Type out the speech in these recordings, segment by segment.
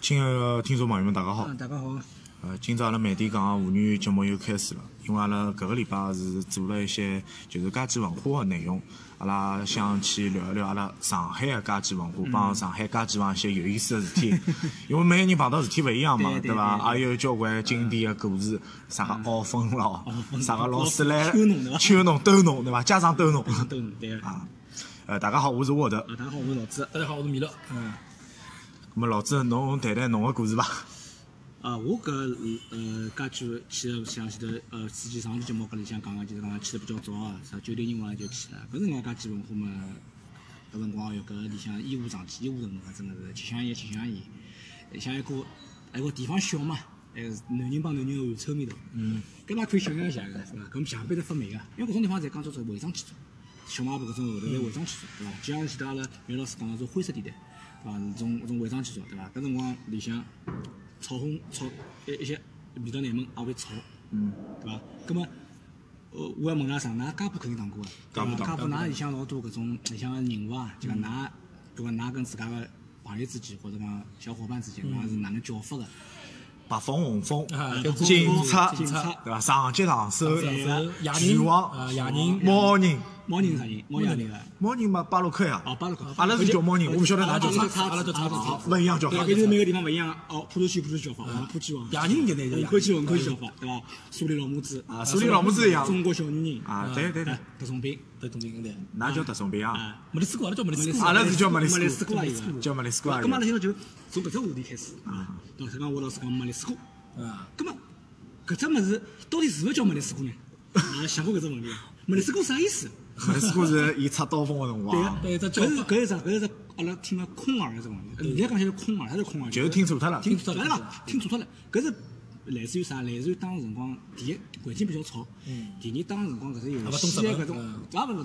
亲爱的听众朋友们，大家好。嗯，大家好。呃，今朝阿拉慢点讲妇女节目又开始了，因为阿拉搿个礼拜是做了一些就是家居文化的内容，阿拉想去聊一聊阿拉上海的家居文嗯化，帮上海家居房一些有意思的事 体。因为每个人碰到事体勿一样嘛，对对伐？对嗯也有交关经典的故事，啥个傲风咯，啥个老师来老师抽侬对伐抽侬兜侬对伐？家长 兜侬。都是对个。啊，呃，大家好，我是沃德。大家好，我是老子。大家好，我是米勒。那么老子，侬谈谈侬的故事伐？啊，我搿呃家具去的像前头呃，之前上期节目搿里向讲个，就是讲去的比较早啊，啥九六年我也就去了。搿辰光家具文化嘛，搿辰光有搿里向医务长期，医务辰光真个是吃香烟吃香烟，像一个一个地方小嘛，哎，男人帮男人的汗臭味道。嗯。搿哪可以想象一下个是伐？搿下班头发霉个，因为搿种地方侪讲叫做违章建筑。小卖部搿种后头侪违章建筑，对伐？就像前头阿拉梅老师讲个种灰色地带，对伐？是种搿种违章建筑，对伐？搿辰光里向炒烘炒一一些味道难闻也会炒，嗯，对伐？葛末呃，我还问㑚啥？㑚家婆肯定打过啊，家婆对伐打家婆㑚里向老多搿种里向个人物啊，就讲㑚对伐？㑚跟自家个朋友之间或者讲小伙伴之间，㑚是哪能叫法个？白风、红风啊、警察，警察对伐？上级上手、夜拳人王啊，、夜人猫人，猫人是啥人？猫人是啥人个？猫人嘛，巴洛克呀哦，。巴洛克。阿拉是叫猫人，我不晓得哪叫啊啥，阿拉叫叉子啊勿一样叫法搿。就是每个地方勿一样哦，浦东区浦东叫法，嗯啊，浦区王，夜人现在就虹口区虹口区叫法，对伐？苏联老母子啊，苏联老母子一样。中国小女人啊，对对对啊，特种兵对东平对，哪叫特种兵啊？啊，没得吃过，阿拉叫没得吃过。阿拉是叫马里马里斯斯科科啊，，有个叫马里斯科啊啊咁。嘛，阿拉现在就从搿只话题开始啊，对伐？讲我老师讲马里斯科，啊，咁么搿只物事到底是勿是叫马里斯科呢？啊，想过搿只问题伐？马里斯科啥意思？马里斯科是伊插刀锋的辰对光个啊，，对这叫搿是搿是啥？搿是只阿拉呃听个空耳个只问题。现在讲起来是空耳，啥是空耳？就是听错脱了。听错错了了伐？听错脱了，搿是来自于啥？来自于当时辰光，第一环境比较吵，第二当时辰光搿只游戏也的嗯勿懂搿日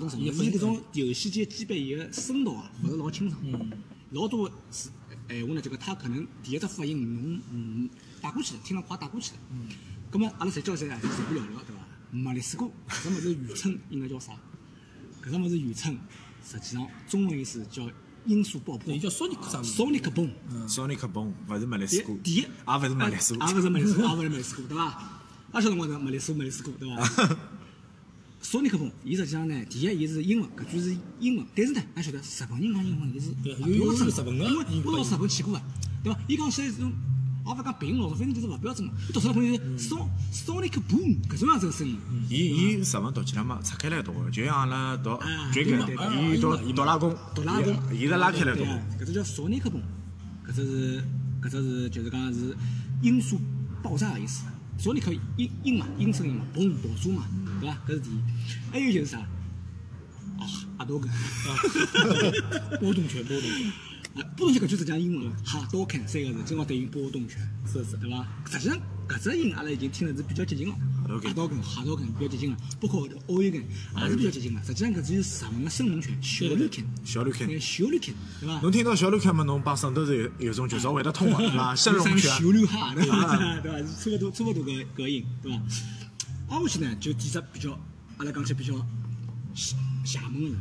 种文嗯，也勿是勿懂什么，伊搿种游戏机基本伊个声道啊，勿是老清爽，嗯老多是闲话呢，就讲他可能第一只发音侬嗯带过去了，听了快带过去了，嗯葛末阿拉侪叫谁啊？就随便聊聊对伐？马里斯哥搿只物事原称应该叫啥？搿只物事原称实际上中文意思叫音速爆破对，叫索尼克啥物事？ ，sonic boom。索尼克崩勿是马里斯第科，第一，啊也勿是马里斯科啊也，勿啊是马里斯，也勿是马里斯科，对伐？ 阿小辰光是马里斯，马里斯科，对 伐？索尼克风，伊实际上呢，第一伊是英文，搿句是英文，但是呢，俺晓得日本人讲英文，伊是对勿有有标准日本的因为英文我到日本去过啊，对伐？伊讲起来是种，也勿讲病老反正就是勿标准嘛。伊读出来可能是 son sonic boom 搿种样子个声音，伊伊日文读起来嘛，拆开来读的，就像阿拉读啊 dragon，伊读读拉弓，读拉弓，伊伊是拉开来读对的啊。搿只叫索尼克风，搿只是搿只是就是讲是音速爆炸个意思。索尼克音音嘛，音声音嘛，嘣爆炸嘛，对伐？搿是第一。还有就是啥？啊，哈多根，波动拳，波动拳。啊波动拳搿句实际上英文了，哈多肯三个字正好对应波动拳，是是对伐？实际上搿只音阿拉已经听了是比较接近了， Hadouken 哈多根、哈多根比较接近了，包括后头奥一根也是比较接近了。实际上搿只是日文个生门拳，小绿拳，小绿拳哎小绿拳，对伐？侬听到小刘开嘛，侬帮省头是有有种就是会得通的，对伐？啊升龙啊拳修溜哈，对伐？ 对伐？差勿多，差勿多搿搿音，对啊伐？挨下去呢，就几只比较，阿拉讲起比较邪邪门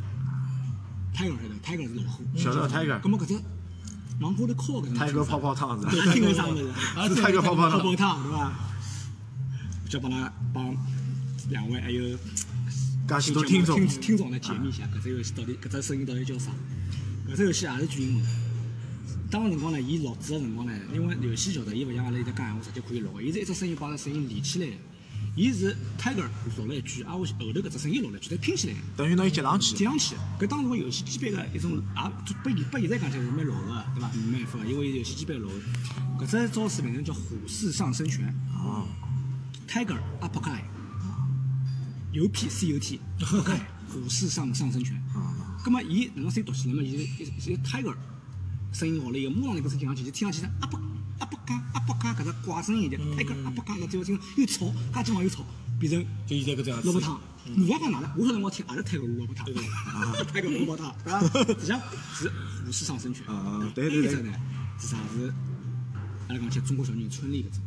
个人，Tiger 晓得，Tiger 是老虎，小刘泰戈葛，末搿只往高头靠搿种，泰戈泡泡汤是吧？对，听个啥物 事？啊是泰戈泡泡泡汤。泡汤，对伐？就帮㑚帮两位还有介许多听听众听听众来解密一下，搿只游戏到底搿只声音到底叫啥？搿只游戏也是句英文。当时辰光呢，伊录制个辰光呢，因为游戏晓得，伊勿像阿拉现在讲闲话直接可以录个，伊是一只声音帮阿只声音连起来个。伊是 Tiger 录了一句，挨啊下去后头搿只声音录了一句，再拼起来的。等于侬一接上接去，上去，搿当时个游戏机版个一种，也拨现拨现在讲起来是蛮老个，对伐？没办法个，因为游戏机版老个。搿只招式名称叫虎式上升拳哦，Tiger Uppercut，U P C U T，Uppercut，虎式上上升拳。啊，葛末伊哪能声音读起来嘛？伊是伊是伊是 Tiger 声音好了以后，马上一个声音上去，就听上去是 up up 嘎 up 嘎搿只怪声音，就 Tiger up 嘎，那最后听又吵，嘎叽往又吵，变成。就现在搿只样子。萝卜汤。嗯你勿要讲哪能，我晓得我听也是泰国萝卜汤， 泰国萝卜汤，对伐？ 实际上是虎式上升拳。啊啊对还有对一只对呢是啥？是阿拉讲起中国小女人春丽搿只，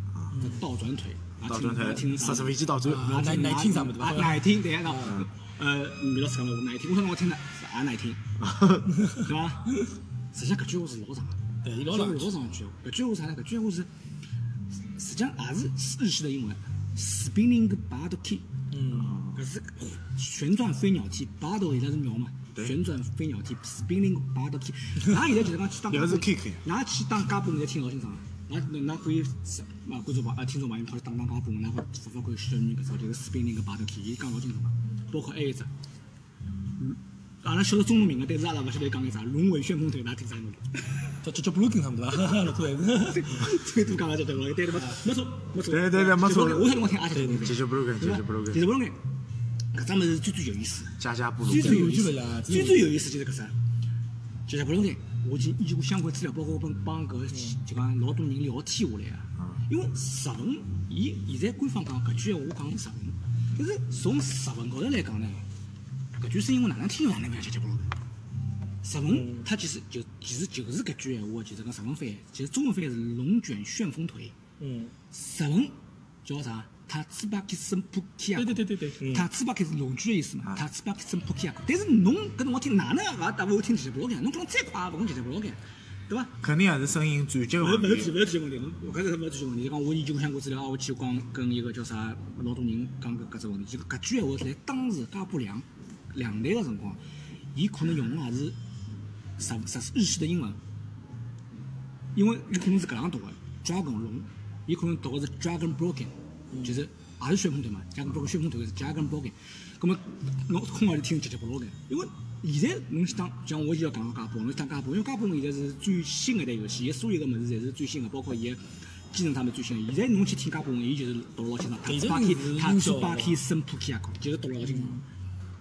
这倒转腿，也啊倒听转也腿，听直啥升飞机倒转，嗯啊耐耐听啥么子吧啊耐听对个。呃，米老师讲 啊了，我耐听，我说我听了也耐听，对伐？实际上搿句话是老长的，对伊老老老老老上去。搿句话啥呢？搿句话是实际上也是日式的英文，spinning bird key。嗯，搿是旋转飞鸟天，八头伊拉是鸟嘛，对旋转飞鸟天，spinning 八头天。㑚现在就是讲 去当，伊拉是 kick 㑚去当家部，你听老清爽。㑚㑚可以啊，观众朋啊，听众朋友们跑去打打家部，然后发发看小女搿只就是 spinning 八头天，伊讲老清楚嘛。包括还嗯有一只，阿拉晓得中文名个，但是阿拉勿晓得伊讲个啥，龙尾旋风腿，㑚听啥名字？叫叫叫 blocking 啥么子啦，哈哈，老多还是。最多讲了就对了，对对没没错没错。对对对没错我小辰光听阿些东西，解决不了搿解对吧决不了解搿决不了眼，搿只物事最最有意思。家家不如最家。最有意思，最最有意思就是搿啥？就是不能讲，我已经研究过相关资料，包括我帮帮搿就讲老多人聊天下来啊。因为日文，伊现在官方讲搿句闲话讲日文，但是从日文高头来讲呢，搿句是因为哪能听哪能勿要结结巴巴的。日文它其实就其实就是搿句闲话，就是讲日文翻，其实中文翻是龙卷旋风腿。嗯，日文叫啥？塔茨巴克森普基亚。对对对对对嗯塔茨巴克是龙卷的意思嘛？塔茨巴克森普基亚。但是侬搿辰光听哪能啊也勿大勿会听吉吉布老干，侬讲再快也勿讲吉吉布老干，对伐？肯定还是啊声音 转接个勿问勿是题。勿是体问题，我搿是勿是体问题。就讲我研究过相关资料，我去光跟一个叫啥老多人讲搿搿只问题，就搿句闲话在当时加布良两代个辰光，伊可能用个也是日日日式的英文，因为伊可能是搿样读个 dragon 龙，伊可能读个是 dragon broken，就是也是旋风腿嘛，dragon broken 旋风腿是 dragon broken，葛末侬空耳里听直接不落个，因为现在侬去打，像我就要讲到加布，侬去打加布，因为加布现在是最新个一代游戏，伊所有个物事侪是最新个，包括伊个技能啥物事最新个。现在侬去听加布，伊就是读了老清爽，塔现斯在巴就是克音塔斯效巴克森普基亚克，啊就是读了老清爽。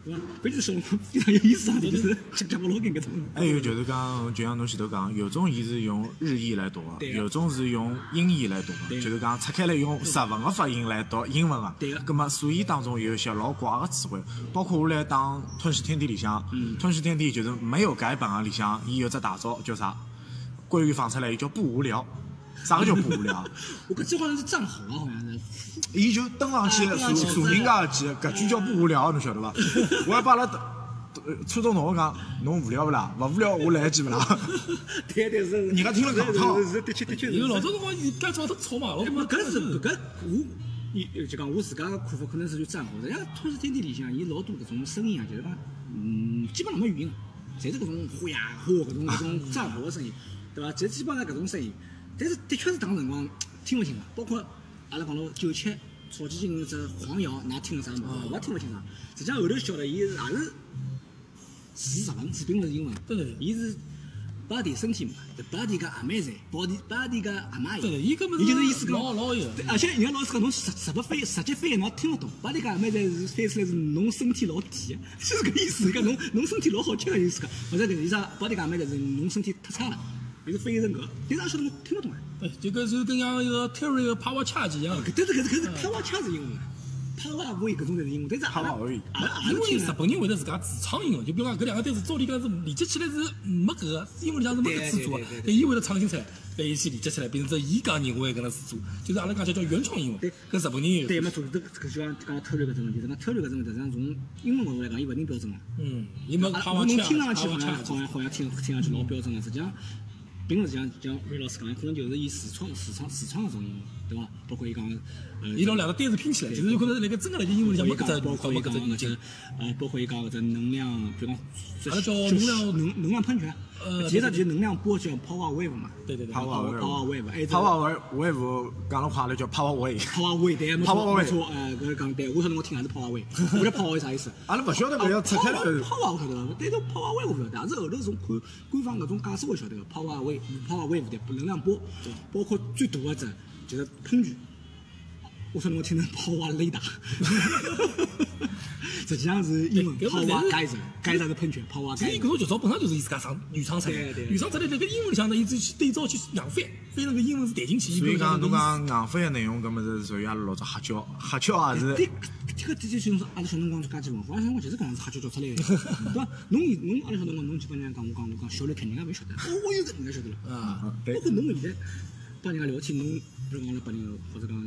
对伐？搿就是我非常有意思啊， 就是直接不落跟搿种。还有就是讲，就像侬前头讲，有种伊是用日译来读个，对啊有种是用英译来读个，对啊就是讲拆开来用日文个发音来读英文个。啊对啊个个。葛末所以当中有一些老怪个词汇，包括我来打《吞噬天地》里向，嗯《吞噬天地》就是没有改版个啊里向，伊有只大招叫啥？关羽放出来，伊叫不无聊。啥个叫不无聊？我搿句好像是账号啊，好像是。伊就登上去啊登坐上去坐人家个去，搿句叫不无聊，侬晓 得伐？我还帮阿拉呃初中同学讲，侬无聊勿啦？勿无聊，我来一句勿啦？ 对对是，人家听了是搿套是是的确的确是。因为老早辰光伊干早都吵嘛，老他妈搿是搿我，伊就讲我自家个看法可能是就账号，人家《都市天地》里向伊老多搿种声音啊，就是讲，嗯，基本上没语音啊，侪是搿种呼呀呼搿种搿种账号个声音，对伐？侪基本上搿种声音，但是的确是当辰光听勿清爽，包括阿拉讲到九七。草鸡精只黄瑶，㑚听个啥物事？我也听勿清爽。实际上后头晓得，伊是也是是日文，是并勿是英文。对对伊是 body 身体嘛，the body 个阿妹在，body body 个啊阿妈对的伊搿么是就是意思讲老老有对而且人家老师讲侬直直接翻，直接翻侬也听勿懂，body 个阿妹在是翻出来是侬身体老甜，就是搿意思，讲侬侬身体老好吃个意思讲，勿是搿意思啊，body 个阿妹在是侬身体太差了，伊是翻译成搿，但是也晓得侬听勿懂啊。对，就跟就跟像一个 Terry 的 Power Charge 一样，啊搿但是搿是搿是 power 腔是英文啊，power 会搿种侪是英文，但是阿拉 power 会阿拉也因是为听日啊本人会得自家自创英文，就比如讲搿两个单词，照理讲是理解起来是没搿个，英文里向是没搿词组个对对对对，但伊会得创新出来，但伊去理解起来变成只伊讲认为搿能词组，就是阿拉讲叫叫原创英文对，跟日本人有。对，没错，这个这个就像刚刚透露搿只问题，这个透露搿只问题，实际上从英文角度来讲，伊勿一定标准啊。嗯，伊没啊， Power 侬 Charge，听上去 Power 好像好 Charge 像好像听听上去老标准个，实际上并勿是像像瑞老师讲，可能就是伊自创自创自创搿种英文，对伐？包括伊讲呃，伊拿两个单词拼起来，就是有可能是辣盖真个辣盖英文里向没搿只包括没伊讲搿只搿语只境。呃，包括伊讲搿只能量，比如讲，阿拉叫就能量能能量喷泉，呃其实它就是能量波叫 power wave 嘛对对对， Power ，power wave，哎，这个 Power Wave 讲了快了叫 Power Wave，跑啊位对，没 Power 错 Way 没错，哎，搿是讲对，我晓得我听还是跑啊位，我晓得跑啊位啥意思。阿拉勿晓得 搿要拆开来跑啊跑啊我晓得个，但是跑啊位我勿晓得，也是后头从看官方搿种解释我晓得个，跑啊位跑啊位勿对，能量波，包括最大个只就是喷泉。我说侬听成跑啊雷达， 实际上是英文对搿跑勿是啊盖子，盖子是喷泉，跑啊其盖实伊子搿。种剧照本身就是伊自家创原创出来对的，对原创出来辣盖英文里向呢，伊就去对照去硬翻，翻成个英文是弹进去。伊所以搿讲种侬讲硬翻的内容，搿么是属于阿拉老早瞎教，瞎教也对是。，这个的确就是阿拉小辰光就家己文化，阿拉小辰光就是搿样子瞎叫叫出来的， 对伐？侬现侬阿拉小辰光侬去帮人家讲，我 讲我讲小雷克，人家勿晓得，哦，我有个人家晓得了。啊，对包，括侬现在帮人家聊天，侬比如讲阿拉八零后或者讲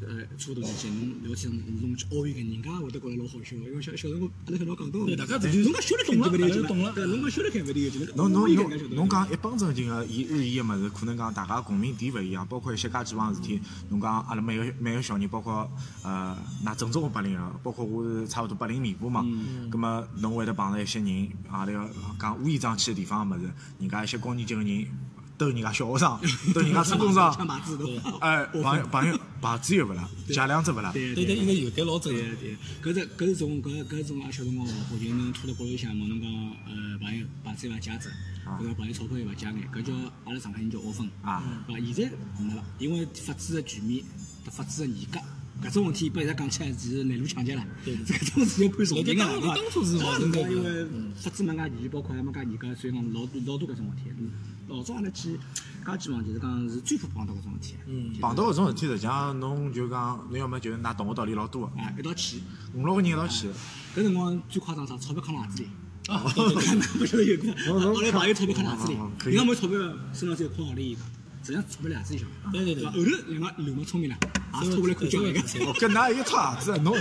呃差勿多年纪，侬聊天侬去安慰搿人家会得觉着老好笑，因为小小辰光阿拉搿老讲到，对大家侬讲笑得开就勿大家就懂了对，侬讲笑得开勿就就侬侬侬侬讲一本正经个伊日益个物事，可能讲大家共鸣点勿一样，包括一些介几桩事体。侬讲阿拉每个每个小人，包括呃，㑚正宗个八零后，包括我是差勿多八零尾巴嘛。咁么侬会得碰到一些人，啊，那个讲乌烟瘴气个地方个物事，人家一些高年级个人逗人家小学生，逗人家 初中像生，牌子对伐？哎，朋友朋友牌子又勿啦，借两只勿啦，对对对，应该有，搿老正常。对，搿是搿是种搿搿种阿小辰光文化，就是侬拖到高头里向问侬啊讲呃朋友把子伐借子，或者朋友钞票伐借眼，搿叫阿拉上海人叫挖分。啊，对伐？现在没了，因为法治的全面，法治的严格。搿种问题被现在讲起来是拦路抢劫了， 对搿种事情判重对刑当了，当初是当勿然能是够因为嗯法治没介严，包括还没介严格，所以讲老多老多搿种问题。老早阿拉去家基本上就是讲是最怕碰到搿种问题。嗯碰到搿种事体，实际上侬就讲，侬要么就是㑚同学道理老多个，啊，一道去，五六个人一道去。搿辰光最夸张啥？钞票卡辣鞋子里。啊，不晓得有个，我后来朋友钞票看哪子里哦哦哦，可以人家没钞票，身上只有空行钿一个，实际上钞票两子里向。对对对吧后头人家流氓聪明了，也拖过来看交一个。哦，搿㑚一套鞋子，侬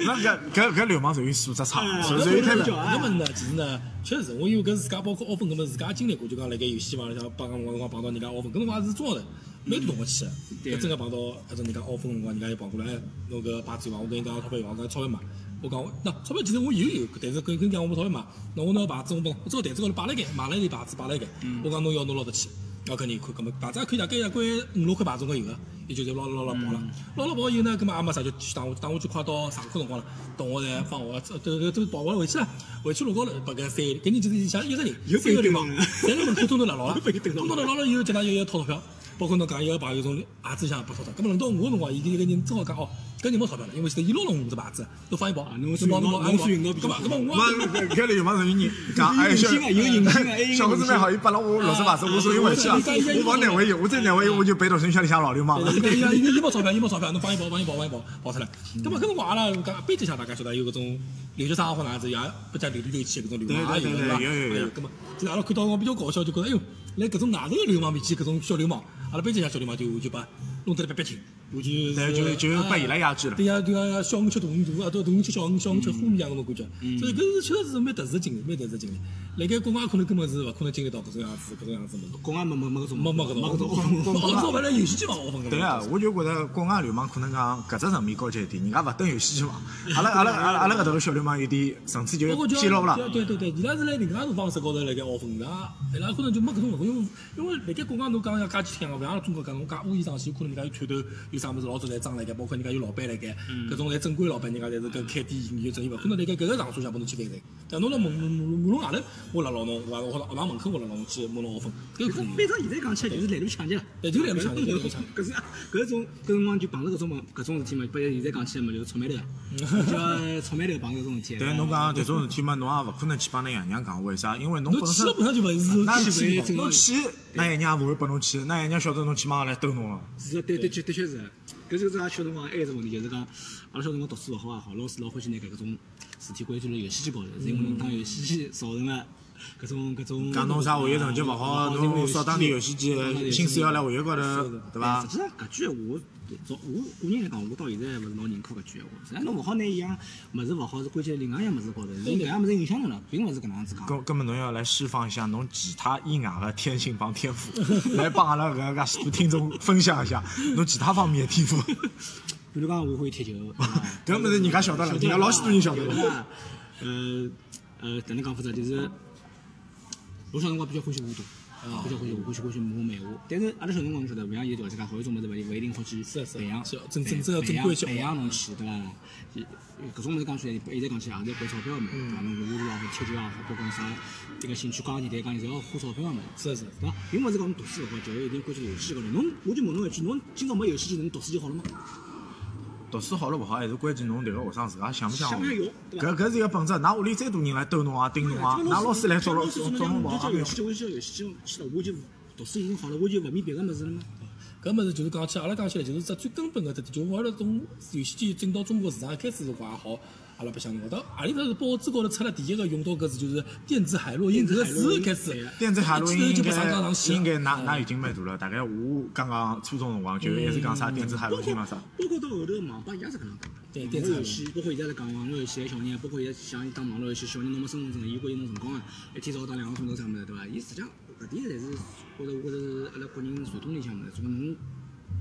那搿搿搿流氓属于素质差，属搿属于问太题了。搿么呢？其实呢，确实，我因为搿自家包括奥分搿么自家经历过，就讲辣盖游戏房里向帮辰光碰到人家奥分，搿辰光也是中学头，蛮多同学去对的。搿真个碰到那种人家奥分辰光，人家就跑过来，哎侬搿牌子有伐？我跟人家钞票有伐？我讲钞票嘛。我讲，那钞票其实我有有，但是跟跟人家我没钞票买。那我拿个牌子，我讲，我这个台子高头摆了盖，买了一钿牌子摆了盖。我讲侬要侬拿得起，要搿人看，搿么牌子也看大概大概五六块牌子总归有个，伊就就捞捞捞跑了。捞捞跑以后呢，搿么也没啥，就去打我打我就快到上课辰光了，同学侪放学，这这这这跑回来回去了，回去路高头大概三，搿人就是像一个人，又三个被流氓盯，侪辣门口通通辣牢了，被盯牢了通通辣牢了以后，叫他要要掏钞票。包括侬讲一个朋友从鞋子里向被掏脱，搿么轮到我的辰光，伊搿个人正好讲哦，搿人没钞票了，因为现在伊捞了我只牌子，都放一包，侬就帮算侬运动侬算运动比较搿么搿么妈我也搿搿流氓属于人，讲哎小啊 小伙子蛮好，伊拨了我六十八，我属嗯于委屈啊，我往难为我再难为我就被同学圈里向老流氓了。对对对，一毛钞票，一毛钞票，侬帮伊跑，帮伊跑，帮伊跑，跑出来。那么搿辰光阿拉讲班级上大家晓得有搿种留学生或哪样子，也不讲流里流气搿种流氓啊也有对伐？还有搿哎么，就阿拉看到辰光比较搞笑，就觉得哎哟，辣搿种外头个流氓面前，搿种小流氓，阿拉班级上小流氓就就把弄得来别别清，我就对，就 就被伊拉压制了。啊对呀，对呀，小鱼吃大鱼大，啊，对，大鱼吃小鱼，小鱼吃虾米啊，搿种感觉。所以搿是确实是蛮特殊的经历，蛮特殊的经历。辣盖国外可能根本是勿可能经历到搿种样子，搿种样子物事。公安没没没搿种， 没没搿种，没搿种。我操，勿来游戏机房我分对啊，我就觉得国外流氓可能讲搿只层面高级一点，人家勿蹲游戏机房。阿拉阿拉阿拉阿拉搿头个小流氓有点层次包就括叫偏落啦。对对对，伊拉是辣另外一种方式高头辣盖傲分，伊拉伊拉可能就没搿种文化，因为因为辣盖国外侬讲像介几天啊，勿像阿拉中国讲侬讲乌烟瘴气，可能人家有串头，有啥物事老早侪装辣盖，包括人家有老板辣盖，搿种侪正规老板，人家侪是搿开店营业正伊勿可能辣盖搿个场所下拨侬去犯罪。但侬辣马马马路外头，我辣牢侬对伐？我辣学堂门口我辣牢侬去摸侬傲分，搿有可能反。正现在讲起来就是拦路抢劫了，对就是拦路抢劫就是拦路抢劫搿是搿种搿辰光就碰到搿种嘛，搿种事体嘛，不然现在讲起来嘛就是草莓头，叫草莓头碰到搿种事体。对，侬讲迭种事体嘛，侬也勿可能去帮㑚爷娘讲，为啥？因为侬侬本去身了本身就勿是那是去勿这个侬去，那爷娘也勿会拨侬去，那爷娘晓得侬去马上来兜侬了。是啊，对对确的确是啊。搿就是阿拉小辰光还有一只问题，就是讲阿拉小辰光读书勿好也好，老师老欢喜拿搿种事体归咎辣游戏机高头，是因为侬打游戏机造成了搿啊种搿种。啊讲侬啥学习成绩勿好，啊嗯侬少打点游戏机，心思要辣学习高头，对伐实？际上搿句闲话，我从我个人来讲，我到现在还勿是老认可搿句闲话。实际上侬勿好拿一样物事勿好是归结另外一样物事高头，是搿样物事影响侬了，并勿是搿能样子讲。根根本侬要来释放一下侬其他以外的天性帮天赋，来帮阿拉搿个许多听众分享一下侬其他方面的天赋。比如讲，我会踢球，对伐搿物事人家晓得了，人家老许多人晓得了了。吧。啊呃呃，哪能讲法子啊？就是我小辰光比较欢喜画哦图，比较欢喜画，欢喜欢喜画漫画。但是阿拉小辰光侬晓得，勿像现在条件介好，有种物事勿勿一定好去是是培养是，真真正的培正规养小培养侬去，对伐？呃搿种物事讲出来，现在讲起来也是要花钞票嘛，嗯对伐？侬如果也好，踢球也好，包括啥迭个兴趣讲起来讲，侪要花钞票嘛。是是。对伐？并勿是讲侬读书勿好，就一定关注游戏高头。侬我就问侬一句，侬今朝没游戏机，侬读书就好了吗？读书好了勿好，还是关键侬迭个学生自家想不想想不想学学。对伐搿搿是一个本质，㑚屋里再多人来兜侬啊、盯侬啊，㑚老师来抓牢抓老侬跑啊就叫，游戏机，我就叫游戏机去了，我就读书已经好了，我就勿迷别个物事了吗？嗯搿物事就是讲起，阿拉讲起来就是只最根本个特点，就阿拉从游戏机进到中国市场开始辰光也好，阿阿拉白相辰光，到阿里头是报纸高头出了第一个用到搿字，就是电子海洛因搿个字开始。电子海洛因一应记头就被上纲上该啊线应该㑚嗯㑚已经蛮大了，大概我刚刚初中辰光就一直讲啥电子海包洛括因了啥，包括到后头网吧也是搿能对介。电网子络海啊游洛因戏，包括现在辣讲网络游戏，小人，包括现在像伊打网络游戏，小人侬没身份证，伊会有侬辰光个，啊一天早打两个钟头啥物事，对伐？伊实际上搿点侪是，或者我觉着是阿拉国人传统里向物事，总归侬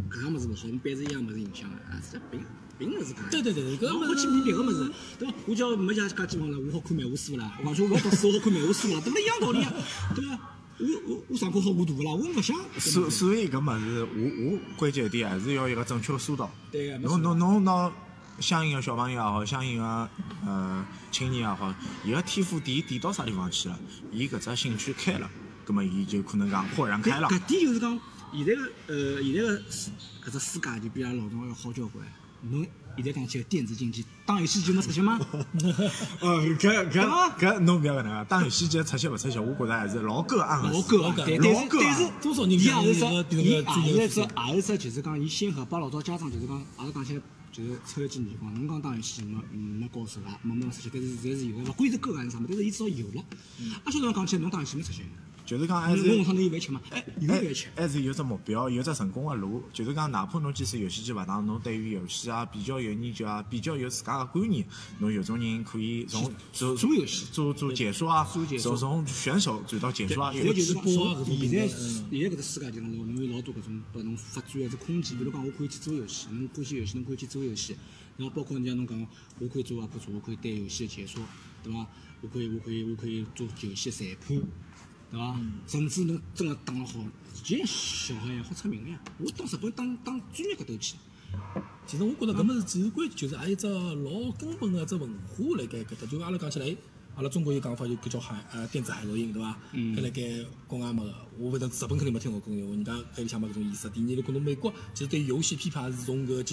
搿样物事勿好，侬背着伊样物事影响个，啊，实际上并并勿是搿样。对对对，搿我么好去迷别个物事，对伐？我叫没家家基本了，我好看漫画书啦，我讲说我要读书，我好看漫画书啦，对伐？一样道理啊，对伐？我我我上课好画图个啦，我勿想。所所以搿物事，我我关键一点还是要一个正确的疏导。对啊个，没错侬侬侬拿相应个小朋友也好，相应个呃青年也好，伊个天赋点点到啥地方去了，伊搿只兴趣开了，葛末伊就可能讲豁然开朗。搿点就是讲，现在个呃，现在个世搿只世界就比阿拉老早要好交关。侬现在讲起个电子竞技，打游戏就没出息吗？哦，搿搿濿侬勿要搿能介，打游戏节出息勿出息，我觉着还是老高暗个老事。狗啊！老狗但老但是狗啊但是，多少人伊讲也是伊只，是伊搿个最也是只，啊牛也是只，就是讲，伊先和帮老早家长就是讲，也是讲些就是抽一记耳光。侬讲打游戏没没高手啊，没没出息，但是侪是有的，勿管是狗还是啥物，但是伊至少有了。嗯啊，小辰光讲起来，侬打游戏没出息，就是讲还侬是侬下趟侬有饭吃吗？哎，有还饭吃。还是有只目标，有只成功个路。就是讲，哪怕侬即使游戏机勿打，侬对于游戏啊比较有研究啊，比较有自家个观念，侬有种人可以从做做游戏做做解说啊做解，说从从选手转到解说啊，现在有就是讲，播啊搿种现在平台嗯现在搿只世界就是讲，侬有老多搿种拨侬发展个只空间。比如讲，我可以去做游戏，侬欢喜游戏，侬可以去做游戏。然后包括人家侬讲，我可以做 UP 主，我可以对游戏的解说，对伐？我可以，我可以，我可以做游戏裁判，对伐？甚至侬真个打了好，现在小孩也好出名个呀。我到日本当当专业搿头去，其实我觉着搿物事其实关键就是还有一只老根本个一只文化辣盖搿搭，就阿拉讲起来，阿拉中国有讲法就搿叫海呃电子海洛因对伐？嗯搿辣盖国外没个，我反正日本肯定没听过搿种，人家搿里向没搿种意识。第二，可能美国其实对游戏批判是从搿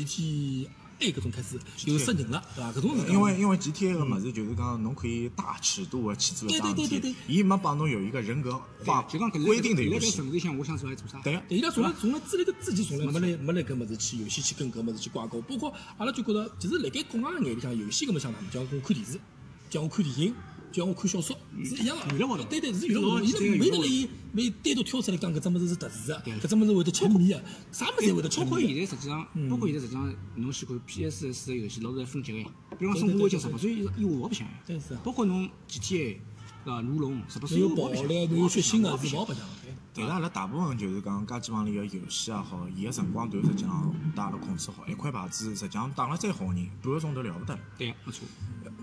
GTA 搿种开始有杀人了，对伐？搿种是因为因为 GTA 个物事就是讲，侬可以大尺度个去做一桩嗯对事对对体对，伊没帮侬有一个人格化就讲搿规定的游现在搿戏。城市里向，我想做还做啥？对个，啊对，伊拉从来从来自那个自己从来没来没来搿物事去游戏去跟搿物事去挂钩，包括阿拉就觉着，其实辣盖国外眼里向游戏搿么像哪能，就像我看电视，就像我看电影，就像我看小说，是一样个。娱乐活动对对，嗯是娱乐活动。老伊是这拉个没娱乐得活动来伊没单独挑出来讲搿只物事是特殊个，搿只物事会得吃迷个，啥物事侪会得吃包括现迷在实际上，嗯包括现在实际上，侬去看 PS 个游戏，老是在分级个呀。比如讲《生化危机》，十八岁以以下勿白相呀。真是啊包括侬 GTA，对啊伐？如龙，十八个。岁以有下勿暴白相。力，侬有血腥个，是勿好白相个。但是阿拉大部分就是讲家机房里个游戏也好，伊个辰光段实际上带阿拉控制好，一块牌子实际上打了再好个人，半个钟头了勿得了。对，没错。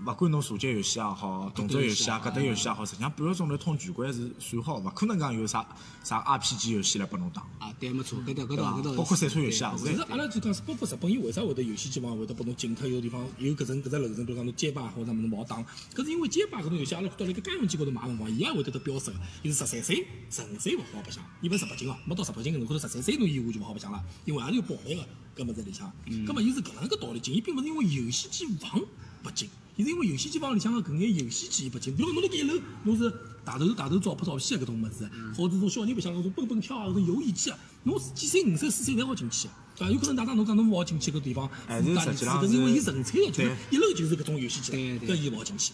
勿管侬射击游戏也好，动作游戏啊，搿搭游戏也好，实际上半个钟头通全关是算好，嗯勿可能讲有啥啥 RPG 游戏来拨侬打。啊，对，没错。搿搭搿对搭吧搿搭。包括赛车游戏啊对对其实阿拉就讲，包括日本，伊为啥会得游戏机房会得拨侬禁脱有的地方有搿种搿只流程，比如讲侬街霸或者么侬勿好打，搿是因为街霸搿种游戏，阿拉到辣盖家用机高头买辰光，伊也会得得标识，伊是十三岁、十五岁勿好白相，伊勿是十八禁个，没到十八禁个，侬可能十三岁侬以下就勿好白相了，因为也是有暴力个搿物事里向。搿么伊是搿能介道理禁，伊并勿是因为游戏机房勿禁。伊是因为游戏机房里向个搿眼游戏机伊不进，比如侬辣盖一楼，侬是大头大头照拍照片啊搿种物事，或者种小人白相搿种蹦蹦跳啊搿种游戏机啊，侬是几岁五岁四岁侪好进去个，对伐？有可能大家侬讲侬勿好进去搿地方，还是大人实际是上搿是因为是伊纯粹个，就是对一楼就是搿种游戏机对了，对搿伊勿好进去，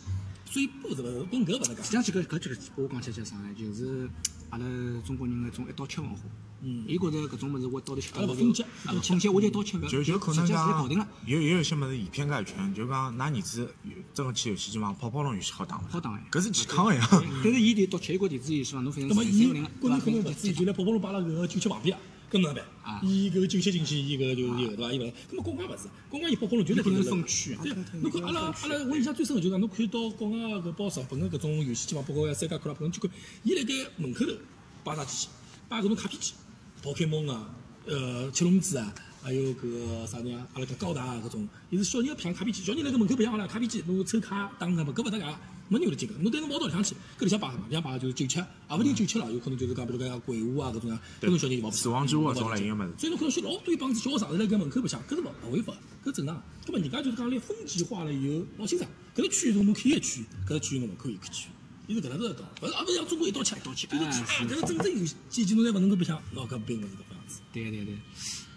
所以不是勿是跟搿勿能实际上，讲，这个搿就是我讲起来叫啥呢？就是阿拉中国人个种一刀切文化。嗯伊觉着搿种物事我一刀头吃阿拉勿分级啊，勿分级，我就一刀切勿要。就就可直能接直接讲搞定了。有有一些物事以偏概全，就讲㑚儿子真个去游戏机房跑跑龙游戏好打好伐？打呀。搿是健康个呀。 但是伊得到切一个电子游戏嘛，侬反正嗯那么是伊不灵了可能可对能伐勿至于就来跑跑龙摆辣搿个九七旁边啊，搿哪能办啊？伊搿个九七进去，伊搿个就有对伐？伊勿，搿么国外勿是，国外伊跑跑龙就辣不搿能个分区啊对，侬看阿拉阿拉，我印象最深个就是讲，侬看到国外搿包日本个搿种游戏机嘛，包括三家克拉，侬去看，伊辣盖门口头摆啥机器？摆搿种卡片机，宝可梦啊，呃，七龙珠啊。还有搿个啥呢？阿拉搿高达啊，搿种，伊是小人白相卡片机，小人辣搿门口白相好了，卡片机，侬抽卡打什么，搿勿搭界，没人会得进搿。侬对侬跑到里向去，搿里向摆什么？里向摆就是九七，也勿一定九七了，有可能就是讲比如讲像鬼屋啊搿种啊，搿种小人就勿死亡之屋啊搿种类型个物事所以侬看到小老多一帮子小学生辣盖门口白相，搿是老勿违法，搿正常。搿么人家就是讲来分级化了以后，老清爽。搿个区域侬开一区，搿个区域侬勿可以一个区。伊是搿能介讲，勿是也勿是像中国一刀切一刀切，就是啊，搿个真正有几级侬侪勿能够白相，喏搿并勿是搿副样子。对对对，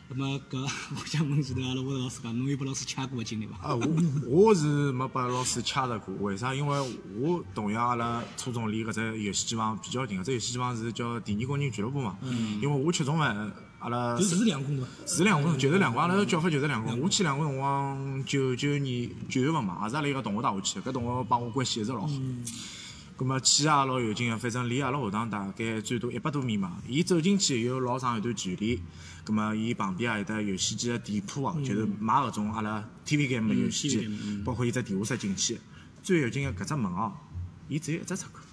那么搿我想问前头阿拉我老师讲，侬有拨老师掐过个经历伐？啊，我我是没把老师掐着过，为啥？因为我同样阿拉初中离搿只游戏机房比较近，搿只游戏机房是叫第二工人俱乐部嘛。嗯因为我吃中饭，阿拉就是两公嘛。是两公，就是两公，阿拉叫法就是两公。我去两公辰光，九九年九月份嘛，也是阿拉一个同学带我去的，搿同学帮我关系一直老好。葛末去也老啊有劲个，反正离阿拉学堂大概最多一百多米嘛。伊走进去有老长一段距离，葛末伊旁边也有得游戏机个店铺啊，就是卖搿种阿拉 TV game 个游戏 TV 机 game，，包括伊只地下室进去。最有劲个搿只门哦，伊只有一只出口，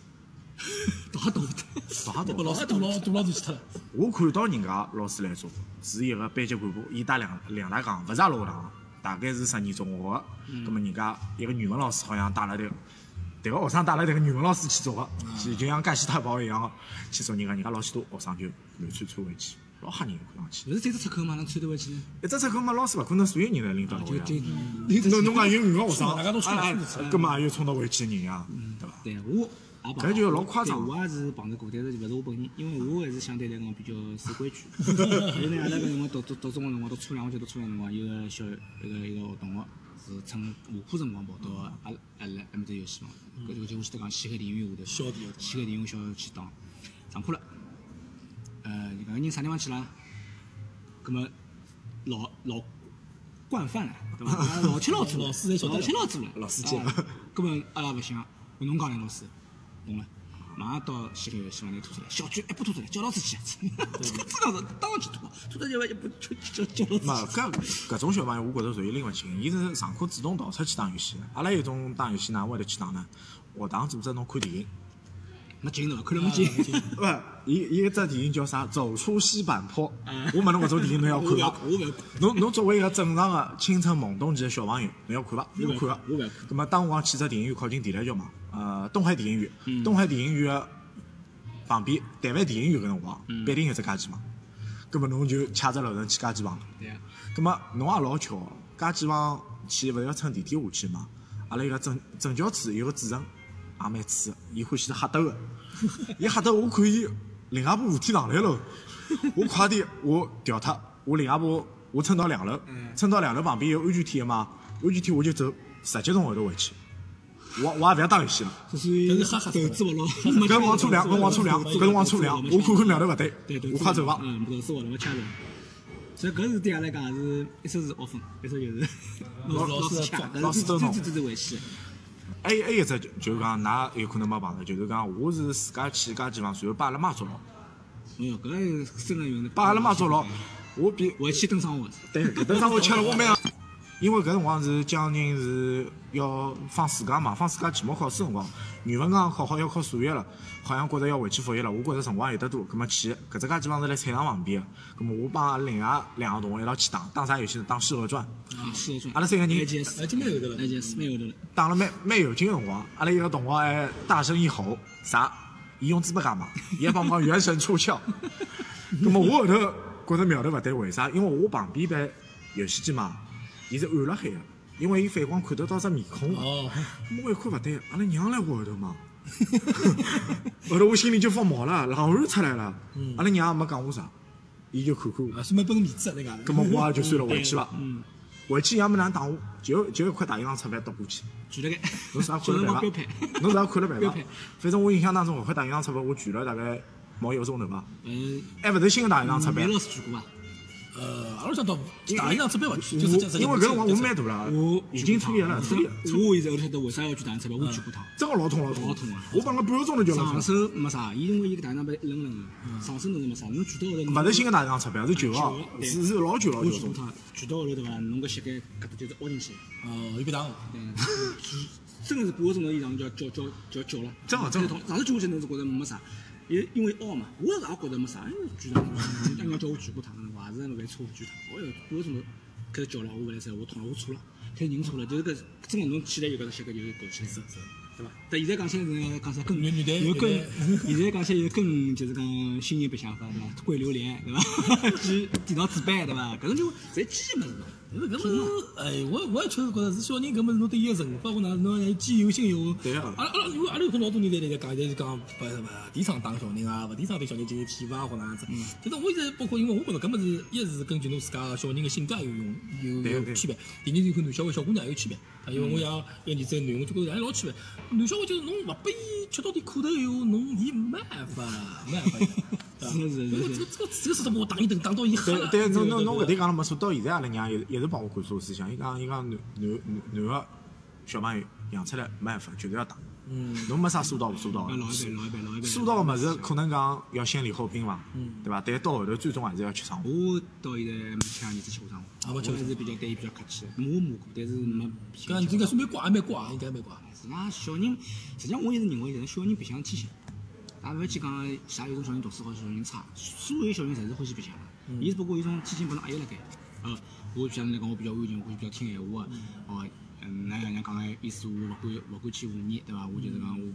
打倒的，勿好我多。老师堵老堵老子去脱了。我看到人家老师来做，是一个班级干部，伊带两两大杠，勿是阿拉学堂，大概是十二中学个。葛末人家一个语文老师好像带了迭个，迭个学生带了迭个语文老师去做个，就就像介西太保一样个去做人家，人家老许多学生就乱窜窜回去，老吓人个看上去。勿是这只出口嘛，能穿得回去呢？一只出口嘛，老师勿可能所有人来拎到啊，老就呀。就侬侬讲有五个学大家都生，冲哎冲着哎，葛末也有冲得回去个人呀，对伐？对我也碰到搿就老夸张对我也是碰着过，但是勿是我本人，因为我还是相对来讲比较守规矩。还有呢，阿拉搿辰光读读读中学辰光，读初两，我记得读初两辰光，有个小一个一个同学是趁下课辰光跑到阿拉阿拉埃面搭游戏房，搿就就我记得讲西海电影院下头，小电影西海电影院小去打，上课了。呃，搿个人啥地方去了？葛末老老惯犯了，对伐？啊老七老祖了，老师侪晓得老七老祖了，老司机了啊。根本阿拉勿想，我侬讲呢，老师，懂了。马上到西头希望你拖出来，小区一步拖出来，叫老师去，这样子当即拖，拖到一半一步就就叫老师去。嘛，搿搿种小朋友，我觉着属于拎勿清，伊是上课主动逃出去打游戏。阿拉有种打游戏哪会得去打呢？学堂组织侬看电影，没劲对伐？看了没劲。勿，伊伊一只电影叫啥？走出西坂坡。嗯我问侬搿种电影侬要我勿看要伐？我勿要看。 侬侬作为一个正常的青春懵懂期的小朋友，侬要看伐？侬要看伐？我勿要看咁么，当辰光去只电影院靠近地雷桥嘛，呃，东海电影院，东海电影院的旁边台湾电影院搿辰光，必定有只家鸡房。咁么侬就掐着楼层去家鸡房了。对呀，咁么侬也老巧，家鸡房去勿是要乘电梯下去嘛？阿拉一个政政教处有个主任，也蛮次的，伊欢喜吓兜个， 伊吓兜我看伊另外一部扶梯上来了，我快点我调脱，我另外一部我乘到两楼，嗯乘到两楼旁边有安全梯的嘛，安全梯我就走直接从后头回去，我我也勿要打游戏了。所以但是哈哈投资勿牢。搿辰光初两，搿辰光初两，搿辰光初两，我看看苗头勿对对对，，我快走伐。嗯，投资勿牢，没掐着。所以搿是对阿拉讲是，一手是恶风，一手就是老老老师师掐，老师这捉这弄这这回事。还有还有一只就就是讲，㑚有可能没碰着，就是讲我是自家去一家地方，随后把阿拉妈捉牢，哎呦，搿真个有呢。把阿拉妈捉牢，我比回去登上我。对搿顿生活吃了我蛮，因为搿辰光是将近是要放暑假嘛，放暑假期末考试辰光，语文刚考好要考数学了，好像觉着要回去复习了，我觉着辰光有得多，葛末去搿只家地方是辣菜场旁边个，葛末我帮阿拉另外两个同学一道去打，打啥游戏呢？打《射鹅传》。啊，是的，是的阿拉三个人哎，GS 哎，今蛮有的了那。件事蛮有头了。打了蛮蛮有劲个辰光，阿拉一个同学还大声一吼，啥？伊用猪八戒嘛，伊还帮忙元神出窍。那么我后头觉着苗头勿对，为啥？因为我旁边台游戏机嘛，伊是暗辣海个，因为伊反光看得到只面孔个。哦，我一看勿对，阿拉娘来我后头嘛，后头我心里就发毛了，冷汗出来了。阿拉娘也没讲我啥，伊就看看我。啊，是蛮本面子那个。葛么我也就算了，回去伐嗯。回去也没哪能打我，就就一块大洋洋钞票丢过去。举了个，侬啥看了标办配伐？？侬啥看了办标伐配？反正我印象当中，搿块大洋洋钞票我举了大概毛一个钟头伐，呃，还勿哎是新个大洋洋钞票梅。老师举过伐？呃，阿拉讲到打一样准备勿去，我就是就是因为搿辰光我蛮大了，我已经初一了，初一初我现在晓得为啥要举大车票，我举过趟。真个老痛老痛老痛啊，我帮了半个钟头就老痛上了。手没啥，伊因为伊个大车被一愣愣个，上手能没啥，侬举到后头。勿是新个大洋洋钞票，是旧旧个的，啊对是是老啊旧老我旧举过种。趟，举到后头对伐？侬个膝盖搿搭就是凹进去，哦，有被打。对，举真个是半个钟头以上就要叫叫叫叫了。真的真的的。上头举过去侬是觉着没啥，因因为凹嘛，我也觉着没啥，因为举上去，人家叫我举过趟，我还是没办错误举趟。哎哟，半个钟头开始叫了，我勿来塞，我痛了，我错了，开始认错了，就是搿真个侬起来有搿只膝盖就是搞起来。是。对伐？但现在讲起来是讲起来更原原来有更原来，现在讲起来有更就是讲新一辈想法，对伐？关榴莲，对伐？去电脑纸板，对伐？搿种就侪机器物事嘛。但是搿物事，哎，我我也确实觉着是小人搿物事，侬对伊个惩罚或哪侬还既有心有。对啊阿拉阿拉因为阿拉有很多老多人在在讲，现在就讲不不提倡打小人啊，勿提倡对小人进行体罚或哪样嗯子。但是我现在包括因为我觉着搿物事，一是根据侬自家个小人个性格有用有对有对区别，第二是看男小孩小姑娘也有区别。啊，因为我养一个儿子男，我就觉着还哎老区别。男小孩就是侬勿拨伊吃到点苦头以后，侬伊没办法，没办 法。对吧是是是我这个这个这个是什么？我打一顿，打到伊黑对了。对，侬对侬侬对搿点讲了没错，到现在阿拉娘一直一直帮我灌输思想，伊讲伊讲男男男男个小朋友养出来没办法，就是要打，嗯。侬没啥疏导勿疏导啊，的。老一辈，老一辈，老一辈。疏导个物事可能讲要先礼后兵伐，对伐？但到后头最终还是要吃生活。我到现在没请儿子吃过生活，啊没我吃过还是比较对伊比较客气的。我骂过，但是没脾气搿你应该是蛮怪，蛮怪，应该蛮怪。实际上小人，实际上我一直认为，现在小人白相天性，也勿要去讲啥有种小人读书好，小人差，所有小人侪是欢喜白相的。伊只不过有种天性把侬压抑辣盖。呃，我像侬来讲，我比较安静，我比较听闲话的。哦，嗯，㑚爷娘讲个意思，我勿敢勿敢去忤逆，对伐？我就是讲我，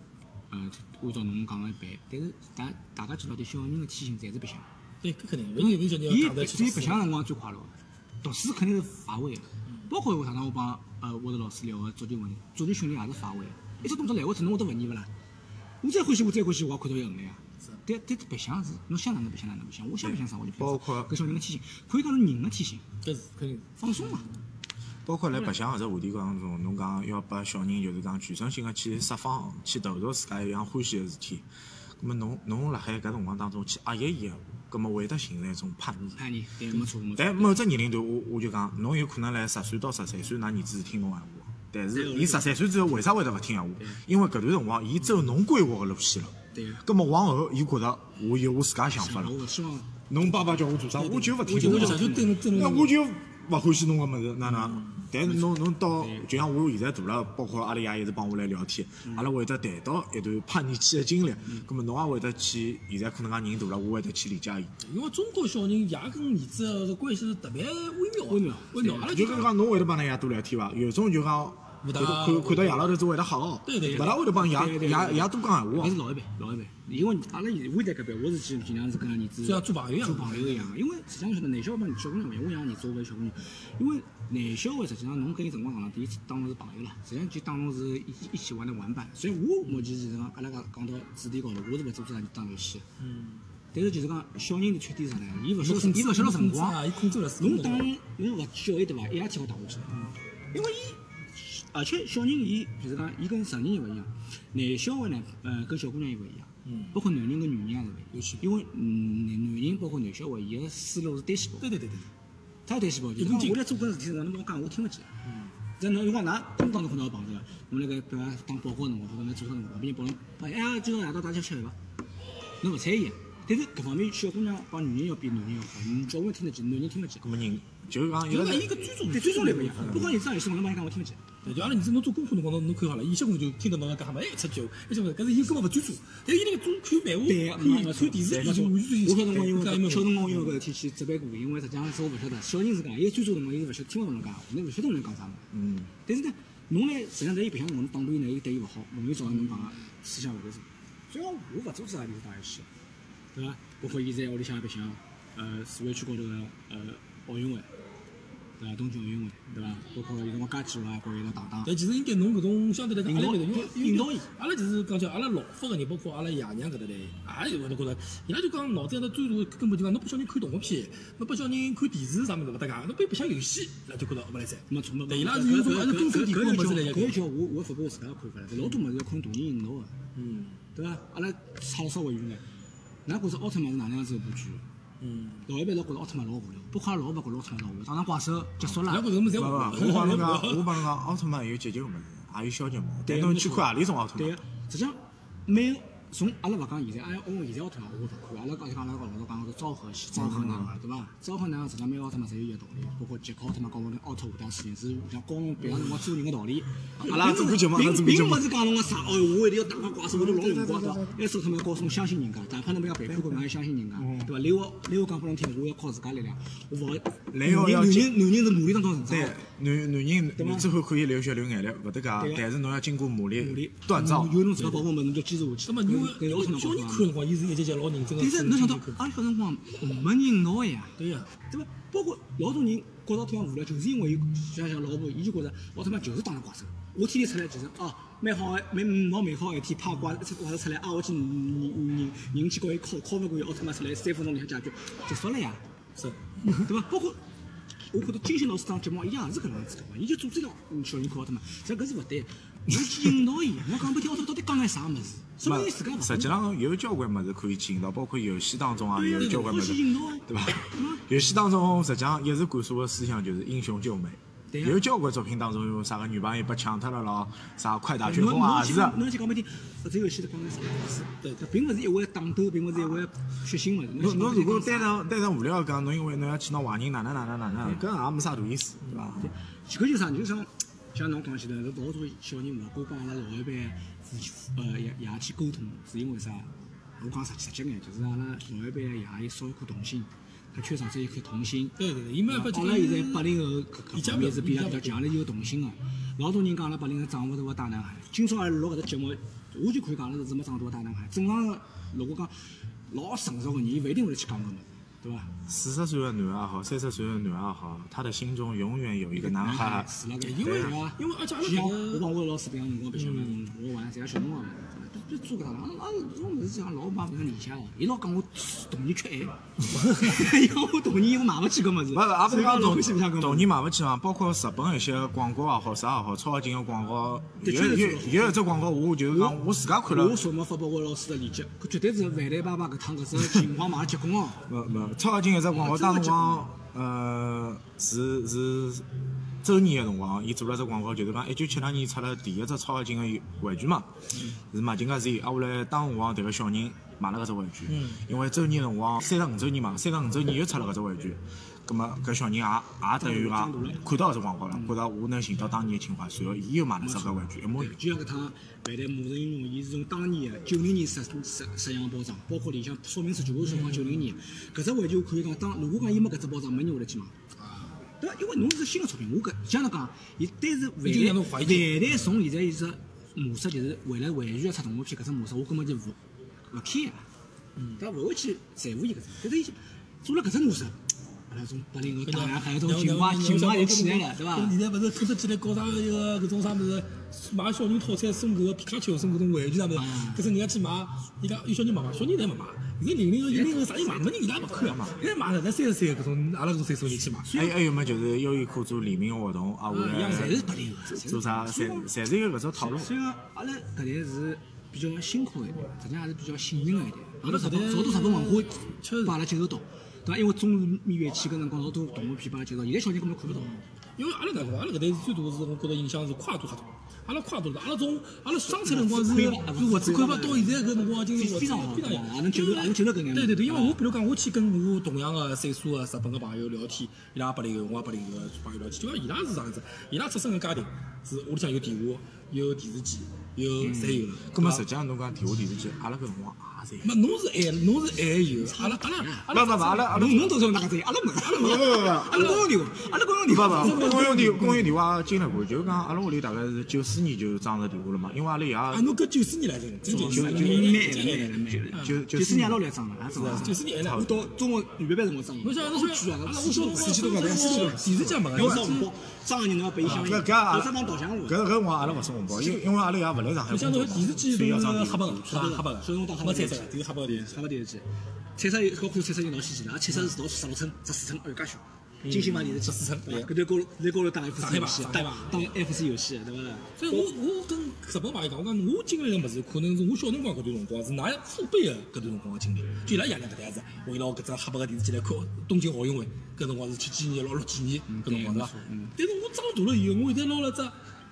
呃，按照侬讲个办。但是大大家知道，对小人个天性侪是白相的。对，搿肯定，勿有有小人伊要打对得去伊白相的辰光最快乐的，读书肯定是乏味的。包括我常常我帮呃我的老师聊个足球问题，足球训练也是乏味的。一只动作来回脱，侬会得勿腻勿啦？我再欢喜，我再欢喜，我也看到伊眼泪啊。但但白相是，侬想哪能白相哪能白相，我想白相啥我就白相啥。包括搿小人个天性，可以讲是人个天性，搿是肯定。放松嘛。包括辣白相搿只话题当中，侬讲要拨小人就是讲全身心啊个去释放，去投入自家一样欢喜个事体。葛末侬侬辣海搿辰光当中去压抑伊个，葛末啊会得形成一种叛逆。叛逆，对，没错没错。但某只年龄段，我我就讲，侬有可能辣十岁到十三岁，㑚儿子是听侬闲话的，但是伊十三岁之后为啥会得勿听闲话？因为搿段辰光伊走侬规划个路线了。对。葛末往后伊觉着我有我自家想法了我，勿希望侬爸爸叫我做啥，我就勿听我侬就的想就对对那侬嗯我就勿欢喜侬个物事，哪能？啊但是侬侬到，就像我现在大了，包括阿拉爷一直帮我来聊天，嗯阿拉会得谈到一段叛逆期的经历，葛么侬也会得去，现在可能讲人大了，我会得去理解伊，因为中国小人爷跟儿子的关系是特别微妙的，微妙微妙。阿拉就就跟讲侬会得帮㑚爷多聊天伐？有种就讲不看大到看看到爷老头子会得好，对对对勿大会得帮爷对对对爷爷多讲闲话还。是老一辈，老一辈，因为阿拉现我在搿辈，我是尽尽量是跟儿子就像做朋友一做样。朋友一样，因为实际上晓得男小孩帮小姑娘勿一样，我养儿子我为小姑娘，因为男小孩实际上侬跟伊辰光长了，第一当侬是朋友了，实际上就当侬是一一起玩的玩伴。所以我目前就是讲，阿拉讲讲到主题高头，我是勿做啥人打游戏的。嗯，但是就是讲小人的缺点是啥呢？伊勿晓得，控制伊勿晓得辰光。啊，伊控制了时间侬打侬勿小伊对伐？一夜天好打下去，因啊为伊而且小人伊就是讲伊跟成人又勿一啊样，男小孩呢，呃，跟小姑娘又勿一样，嗯包括男人跟女人也有是区勿一样，啊因为嗯男男人包括男小孩，伊个思路是单细胞，对对对对，他单细胞就是有根讲筋我来做搿事体，辰光，侬帮我讲我听勿见。在侬如果㑚工当中可能要碰着，侬辣盖比如讲打报告的辰光，或者侬做啥辰光，旁边人帮侬，哎呀，今朝夜到大家吃饭伐？侬勿睬伊，但是搿方面小姑娘帮女人要比男人要好，小姑娘听得见，男人听勿见。葛么人就是讲一就个是是伊个尊重，对，最终来不一样。不管你上有什么，侬帮伊讲我听勿见。对，就阿拉儿子侬做功课辰光，侬侬看好了，伊小辰就听得到侬讲嘛，哎，出句，哎，什么？搿是伊根本勿专注，但伊那个专看漫画、嗯看看电视，伊就完全我小辰光因为搿小辰光因为搿事体去责备过，因为实际上是我勿晓得，小人是讲，伊最终辰光伊是勿晓得听勿懂侬讲，侬勿晓得侬讲啥物事。嗯，但是呢，侬呢实际上在伊白相辰光，侬打断伊呢，伊对伊勿好，容易造成侬讲个思想勿够正。所以讲，我勿阻止阿里打游戏，对伐？包括伊在屋里向白相，呃，示范区高头个呃奥运会，对伐？东京奥运会，对伐？包括有辰光加几啊，包括伊拉打打。但其实应该侬搿种相对来讲压力蛮大，因为引导伊因为阿拉就是讲叫阿拉老夫个人，包括阿拉爷娘搿搭嘞，也有我觉着，伊拉就讲脑子里头最大的根本就讲，侬拨小人看动画片，侬拨小人看电视啥物事勿搭界，侬拨伊白相游戏，伊拉就觉着勿来塞。没错，没对伊拉是有种还是根深蒂固的物事来搿讲就叫我我发表我自家的看法了。搿老多物事要看大人引导个，嗯啊对伐？阿拉差了稍微远眼。㑚觉着奥特曼是哪能样子个布局？嗯，老一辈老觉着奥特曼老无聊，包括阿拉老爸觉着奥特曼老无聊，打打怪兽结束伊拉了觉。着么侪勿勿，我帮侬讲， 我帮侬讲，奥特曼有解决个物事，也有消极个物事，但侬去看何里种奥特对曼个？，实际上每个从阿拉勿讲现在，阿拉我现在奥特曼我勿看，阿拉讲讲阿拉讲老早讲个昭和系昭和嗯男儿对伐？昭和男儿实际上每个奥特曼侪有伊个道理，包括杰克奥特曼跟我们奥特武当事情是互相光荣表扬侬个做人个道理。阿拉做过节目阿拉做过节并并目勿是讲侬个啥哦，我一定要打败怪兽，我就老勇光对伐？埃是奥特曼告诉侬相信人家，哪怕侬没有背叛过，侬要相信人家嗯对伐？然后然后讲拨侬听，我要靠自家力量，我勿然后男要人进男人是努力当中成长对的。，男男人吧你最后可以流血流眼泪，勿得对讲个，但是侬要经过磨努练力、锻造。有侬自家宝宝么，侬就坚持下去。那么因为跟奥特曼小告诉人侬看的辰光，伊是一节节老认真个。但是侬想到认真地阿看拉小辰光没人闹呀，对呀，对伐？包括老多人觉着奥特曼无聊，就是因为伊像像老婆，伊就觉着奥特曼就是打了怪兽。我天天出来就是啊，蛮好的，蛮老美好的一天，怕怪怪兽出来啊，我去人人人去搞伊敲敲勿过伊奥特曼出来，三分钟里向解决，结束了呀，是。对伐？包括。我觉得金星老师当节目伊也是搿能样子个，伊就组织了小人看奥特曼，实际搿是勿对。侬去引导伊，侬讲拨听奥特曼到底讲眼啥物事，说明伊自家勿实际上有交关物事可以去引导，包括游戏当中啊，对呀有交关物事好去引导啊，对伐嗯？游戏当中实际上一直灌输个思想就是英雄救美。对呀有交关作品当中有啥个女朋友被抢脱了咯，啥快打旋侬风啊，侬去是的侬去讲半天，搿只游戏是讲个啥故事？对搿并勿是一味打斗，并勿是一味血腥物事。侬去讲侬如半果天单讲啥纯单纯无聊地讲，侬因为侬要去拿坏人哪能哪能哪能，搿也没啥大意思，对伐？搿就是啥？就像像侬讲起来，搿老多小人勿敢帮阿拉老一辈父亲呃爷爷去沟通，是因为啥？我讲实际实际眼，就是阿拉老一辈爷爷少一颗童心，他缺少这一颗童心。对对对，伊没办法去阿拉现在八零后搿理解搿不了面是比较比较强，阿拉有童心个。老多人讲阿拉八零后长勿大个大男孩，今朝阿拉录搿只节目，我就可以讲阿拉是没长大个大男孩。正常个，如果讲老成熟个人，伊勿一定会去讲搿物事，对伐？四十岁的男也好，三十岁的男也好，他的心中永远有一个男孩。是那个，因为对伐因为而且阿拉就像搿个我帮我老师平常辰光白相我玩侪小辰光嘛，就就做搿搭，阿拉搿种事讲老爸勿能理解个，伊哦老讲我童年缺 爱，伊讲我童年我买勿起搿物事，勿是，也勿是讲老同欢喜白相搿物事同年买勿起嘛，包括日本一些广告也好，啥也好，超级金个广告，的有确是有有一做得好只广告，我就是讲我自家看了，我所没发拨我老师的理解，搿绝对是万代爸爸搿趟搿只情况马上结棍哦。没没，超级金一只广告，当辰光，呃，是是周年个辰光，伊做了只广告，就是讲一九七六年出了第一只超级金个玩具嘛，是马金加 Z，啊，后来当辰光迭个小人买了搿只玩具，因为周年辰光三十五周年嘛，三十五周年又出了搿只玩具，葛末搿小人也也等于讲看到搿只广告了，觉着我能寻到当年个情怀，随后伊又买了只搿玩具，一模一样。就像搿趟万代马神英雄，伊是从当年个九零年实实实行个包装，包括里向说明书全部是嗯从九零年。搿只玩具我可以讲，当如果讲伊没搿只包装，没人会来去买。对伐？啊因为侬是新个作品，我搿像侬讲，伊单是万伊就让侬代怀万念代从现在伊只模式，就是为了玩具要出动画片搿只模式，我根本就勿勿 care，但嗯勿会去在乎伊搿只。搿只伊做了搿只模式，阿拉种八零后大男孩有种情怀情怀就起来了，对伐？现在勿是推出起来搞啥个一个搿种啥物事，买小人套餐送搿个皮卡丘，送搿种玩具啥物啊事，搿是人家去买，伊讲有小人买伐？小人侪勿买，现在零零后、九零后啥人买？没人伊拉勿看嘛，现在买了，咱三十岁搿种，阿拉搿种岁数人去买。还还有么，就是优衣库做联名个活动，啊，后一样，来侪是八零后，做啥，侪侪侪是有搿只套路。所以讲，阿拉搿代是比较辛苦一代，实际上还是比较幸运的一代。阿拉日本，老多日本文化把阿拉接受到，对伐？因为中日蜜月期搿辰光，老多动画片把阿拉接受到，现在小人根本看勿到。因为阿拉哪能，阿拉搿代是最大是，我觉着影响是跨度较大。阿拉跨度大，阿拉从阿拉生产辰光是规搿划物资规划到现在搿辰光，已经是非常好非常啊能接受因为啊能接受搿眼物事对对对，因为我比如讲，我去跟我同样个岁数个日本个朋友聊天，伊拉八零后，我也八零后朋友聊天，就讲伊拉是啥样子，伊拉出生个家庭是屋里向有电话、有电视机、有侪有了。咁么对伐实际上侬讲电话电视机，阿拉搿辰光也是有。没侬是爱，侬是爱有，阿拉阿拉阿拉勿勿勿，阿拉阿拉侬侬到时候哪个在？阿拉没，阿拉没，阿拉公用电话，阿拉公用电话勿勿，公用电公用电话也经历过，就是讲阿拉屋里大概是九四年就装着电话了嘛，因为阿拉啊，爷侬搿九四年来着，真九就四蛮蛮年，蛮蛮。九九就是四伢年老来装了，还装了。九四年来我了。到中国预备班辰光装了。侬想，侬巨想，啊！阿拉我小辰光司机都都讲讲，司机都电视讲嘛，要上红包，张人侬要拨伊相应，搿否搿阿拉则帮导向路。搿搿辰光阿拉勿送红包，因因为阿拉爷勿来上海工就像作侬嘛电视，机所以要都是装电黑白话个。，是吧黑白个，所以侬打黑白没电视彩色个，就是黑白个电视。啥勿电视机？彩色有高看彩色有老稀奇了，啊，彩色是到处十六寸、十四寸，哎呦，介小。嗯金星买电视机14寸对搿头高头在高头打 FC 游戏，上打海吧打 FC 游戏，对伐？所以我我跟日本朋友讲，我讲我经历个物事，可能是我小辰光搿段辰光，是㑚父辈个搿段辰光个经历。就伊拉爷娘搿能样子，围绕搿只黑白个电视机来看东京奥运会，搿辰光是七几年六六几年搿辰光是伐？但是我长大了以后，我现在拿了只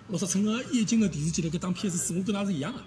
六十寸个液晶个电视机辣盖当 PS 四，我跟㑚是一样个，㑚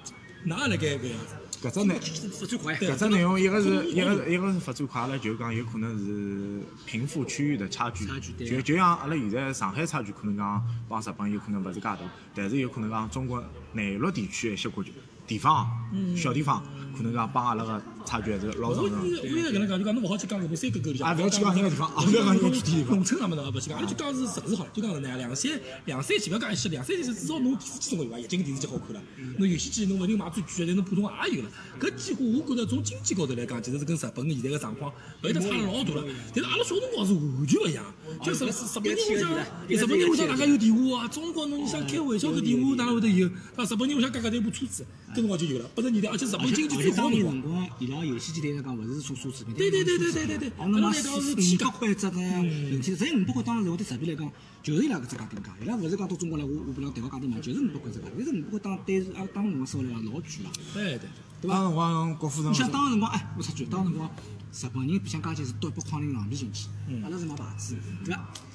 也辣盖搿样子。搿只内发最快，搿只内容，一个是一个是一个是发展快了，就是讲有可能是贫富区域的差距差距，对就就像阿拉现在上海差距可能讲帮日本有可能勿是介大，但是有可能讲中国内陆地区的一些国家地方嗯小地方，可能讲帮阿拉个差距还是老我长现的在。我现在搿能讲，就讲侬勿好去讲搿种山沟沟里向，啊勿要去讲人家地方啊勿勿要要讲讲人人家家具具体体地地方，方农村啊么侬勿去讲，阿拉就讲是城市好了，就讲是哪两三两三线，勿要讲一线，两三线至少侬电视机总归有伐？液晶电视机好看了，侬有线机侬勿一定买最贵的，但侬普通也有了。搿几乎我觉着从经济高头来讲，其实是跟日本现在个状况勿会得差了老大了。但是阿拉小辰光是完全勿一样，就日日本人屋向，日本人屋向大家有电话啊，中国侬想开玩笑搿电话哪会得有？但日本人屋向家家头有部车子，搿辰光就有了，八十年代，而且日而本且经济最好当的年辰光辰。光，伊拉游戏机台上讲勿是送奢侈品，对对对对对对对阿拉买阿拉四来四讲是五百块一嗯只个零件，侪五百块，当然对我对日币来讲，就是伊拉搿只价钿价，伊拉勿是讲到中国来，我我不能谈个价钿嘛，就是五百块一只价钿，但是五百块当对是阿拉当时辰光生活来讲老啊贵了。对对，当时辰光啊郭富城你嗯想当时辰光，哎，我插句，当时辰光日本人白相家姐是到一百块钿硬币进去，阿拉是买牌子，对伐？嗯日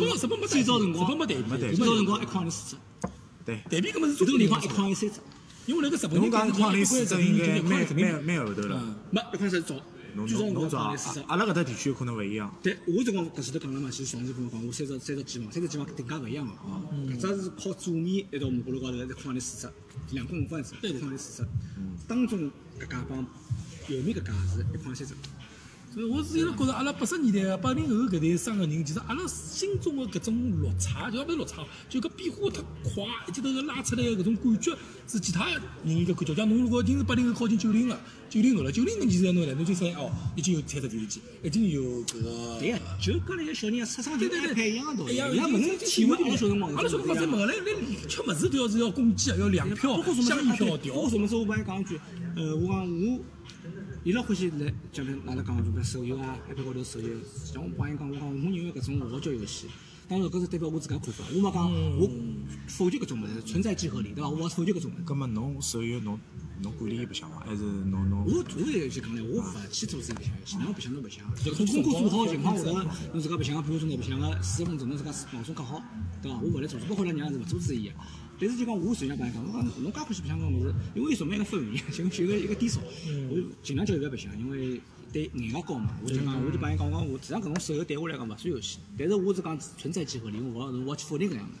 本日本没最早辰光，日本没代币，没代最币早辰光一块钿四只，对，代币根本是有中的国地地方一块方钿三只，因为那个日本侬讲矿矿力四四只只应该蛮蛮蛮后头了。嗯，没一块钿早，侬最早侬辰光侬早啊一块钿四只，阿拉搿搭地区可能勿一样。对，我辰光搿前头讲了嘛，其实上次跟我讲，我三十三十几嘛，三十几嘛定价勿一样个啊。搿只是靠左面一条马路高头一块钿四只，两块五分一只，一块钿四只。当中搿家帮右面搿家是一块三只。所以我是一直觉着阿拉八十年代、八零后搿代生个人，其实阿拉心中的搿种落差，就勿是落差，就搿变化太快，一记头拉出来的搿种感觉，是其他人一个感觉。像侬如果已经是八零后靠近九零了，九零后了，九零后其实侬来，侬就发现哦，已经有彩色电视机，已经有搿个。对呀，就搿类个小人出生就对对跟对，一样个道理，一样伊拉勿能体会阿拉小辰光。阿拉小辰光侪没来来吃物事都要是要公鸡，要粮票包括、什么香时候包括票、调。什么时候我帮伊讲一句，呃，我讲我，伊拉欢喜来，讲来阿拉讲就讲手游啊，iPad 高头手游，像我帮伊讲，我讲我认为搿种我勿叫游戏。当然，搿是代表我自家看法，我没讲我否决搿种物事，存在即合理，对伐？我勿否决搿种物事。葛末侬手游侬侬管理伊白相伐？还是侬侬？我我也就讲了，我勿去做自己白相游戏，侬白相侬白相，通过做好情况下头，侬自家白相个啊半个钟头白相个四十分钟，侬自家放松较好，对伐？我勿来做，包括阿拉娘是勿做生意个。啊但是就讲，我随便帮伊讲，我讲侬介欢喜白相搿物事，因为有什么一个氛围，就就一个一个低潮，我尽量叫伊勿要白相，因为对眼界高嘛。我就讲，我就帮伊讲，我讲我实际上搿种手游对我来讲勿算游戏，但是我是讲存在即合理，我勿我勿去否定搿样物事。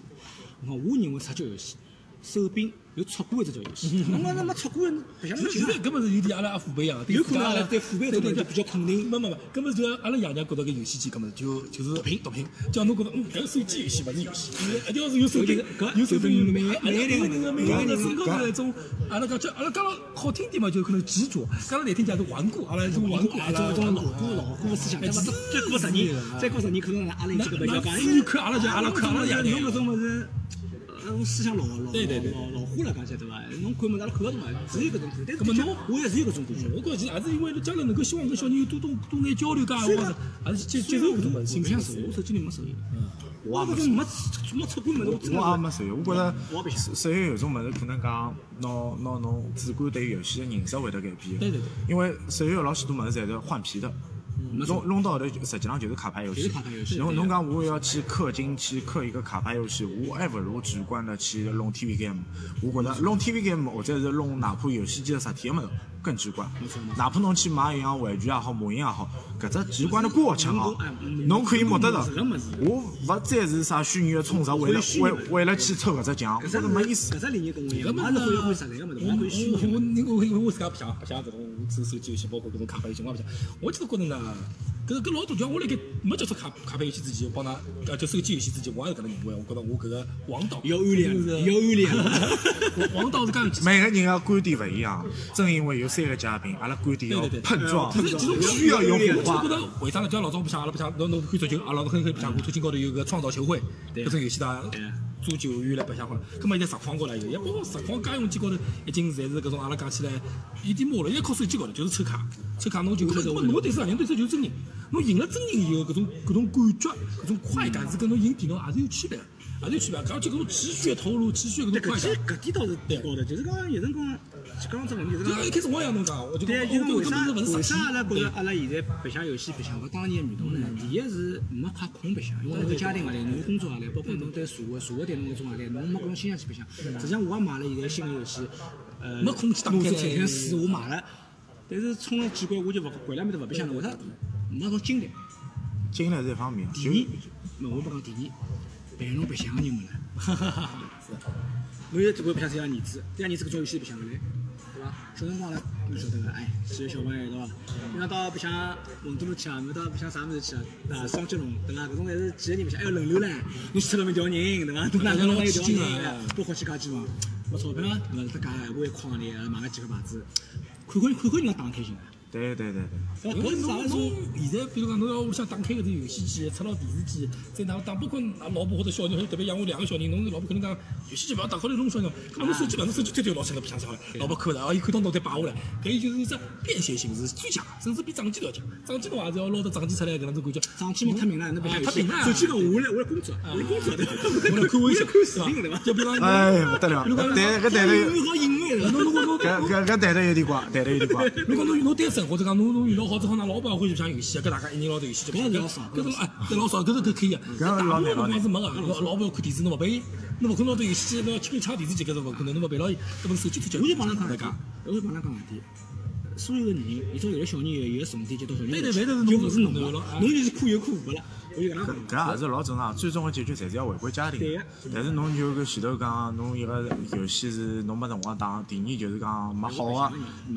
我讲我认为啥叫游戏？手柄有触感的才叫游戏。侬讲那没触感，白相其侬实搿么是有点阿拉父辈一样，有可能阿拉对父辈这点就比较肯定。没没没，搿么就阿拉爷娘觉得搿游戏机搿么就就是毒品毒品，叫侬觉得嗯搿是手机游戏勿是游戏，一定要是有手柄，有手柄每每个人个每个人个身高头一种，阿拉讲叫阿拉讲了好听点嘛，就可能执着，讲了难听点是顽固，阿拉种顽固，阿哎，拉种种老古老哎古的思想，对伐？再过十年，再过十年，可能阿拉这个不要讲，哎侬搿种物事，侬思想老老老老化了，讲起来对伐？侬看么，阿拉看勿懂嘛，只有搿种感觉。但我也是有搿种感觉。我觉着其实还是因为家长能够希望跟小人有多多多眼交流，噶，我是还是接接受搿种物事，我欣不想赏手游，我手机里没手游，我也没搿种没没出过物事，我真我也的没手游，我觉着我也白相手游有种物事可能讲，拿拿侬主观对游戏的认识会得改变。对对对。因为手游老许多物事侪是换皮的，弄弄到后头就实际上就是卡牌游就是戏卡牌游。戏侬对侬讲我要去氪金去氪一个卡牌游戏，我还不如直观的去弄 TV game。我觉着弄 TV game 或者是弄哪怕游戏机的实体的物事更直观没错没。哪怕侬去买一样玩具也好，模型也好，搿只直观的过程侬哦哎，侬可以摸得着搿个物事。我勿再是啥虚拟的充值，为了为为了去抽搿只奖，我搿只觉着没意思搿。只理念跟我一样，搿么嗯我也是欢喜实在个物事，我也欢喜虚我拟。我我我自家白相白相搿种手手机游戏，包括搿种卡牌游戏，我也白相。我就是觉着呢，搿搿老多，就像我辣盖没接触卡卡牌游戏之前，我帮㑚呃就手机游戏之前，我也是搿能认为。我觉着我搿个王道有安是联，有安联。 王王道是介有技巧。每个人的观点勿一样，正因为有三个嘉宾，阿拉观点要对对对碰撞其实其实我，需要有我火就花觉。得为啥呢？就像老早白相，阿拉白相，侬侬看足球，阿拉老早很很白相过，最近高头有个创造球会，搿种游戏大家做球员来白相好了。葛末现在实况高头也有，也包括实况家用机高头已经侪是搿种阿拉讲起来有点没落，现在靠手机高头就是抽卡，抽卡侬就搿么侬对手，人对手就是真人，侬赢了真人以后搿种搿种感觉、搿种快感是跟侬赢电脑还是有区别的，还是有区别的。而且搿种持续的投入、持续的搿种搿快点感。搿点倒是对高的，就是讲有辰光，就讲这问题，就是就像讲。一开始我也侬讲，我就讲对，就是我为根啥本是勿为是实啥阿拉体。觉对着阿拉现在白相游戏白相勿当年味道呢？嗯第一是没快空白相，因为侬有家庭压力，侬有工作压力，包括侬对社会社会对侬搿种压力，侬没搿种心想去白相。实际上我也买了现在新个游戏，呃，嗯没空气打拿开着来菜园水我买了，但是冲了几罐我就勿掼了面头勿白相了，为啥？嗯没种精力。经历是一方面啊，第就一，没我不讲第一，陪侬白相个人没了。 是的侬有只管白相自家儿子，自家儿子搿种游戏白相勿来，对伐？小辰光阿拉侬晓得个，哎，几个小朋友对伐？经常到白相馄饨去啊，没到白相啥物事去啊，啊，双节龙对伐？搿种侪是几个人白相，还要哎轮流唻，侬去脱了没调人对伐？侬哪能一调人啊？多花几家鸡房，没钞票对伐？自家闲话一筐里，啊买了几个牌子，看看看看人家打得开心啊！对对对对。搿因为是啥侬来说侬？现在，比如讲，侬要屋里向打开搿只游戏机，插到电视机，再打打不过㑚老婆或者小人，特别养我两个小人，侬老婆可能讲游戏机勿要打，好来弄小人，搿侬啊手机勿侬手机推推老响个白相相了，老婆看勿着，哦，伊看到侬再摆下来，搿伊就是一只便携性是最强的，甚至比掌机都要强。掌机侬还是要捞到掌机出来搿能种感觉。啊上去嘛太明了，那白相游太戏明了，啊手机讲我来我来工作，我来工作对伐？ 我来看微信看视是吧频对伐？要不然哎，不 得了，啊对搿谈有的，好应对的，侬如果侬搿搿搿谈的有点怪，谈的有点怪。如果侬侬单身，或者讲侬侬遇到好之后，㑚老板欢喜白相游戏，搿大家一人捞头游戏就白相。搿老少搿种哎，搿老少，搿种搿可以啊。搿大部老难老分辰光难是没个，老老板要看电视，侬勿陪伊，侬勿可能捞头游戏机，侬要吃抢电视机，搿是勿可能，侬勿陪牢伊，搿本手机推荐。我就帮侬讲大一家讲，，我就帮侬讲一点。所有的人，现在有的小人有有的重点就到小人，对对对对就侬勿是侬侬了了啊，侬就是可有可无了。我就搿能讲。搿也是老正常，最终个结局侪是要回归家庭对的个。但是侬就搿前头讲，侬一个游戏是侬没辰光打，第二就是讲没好个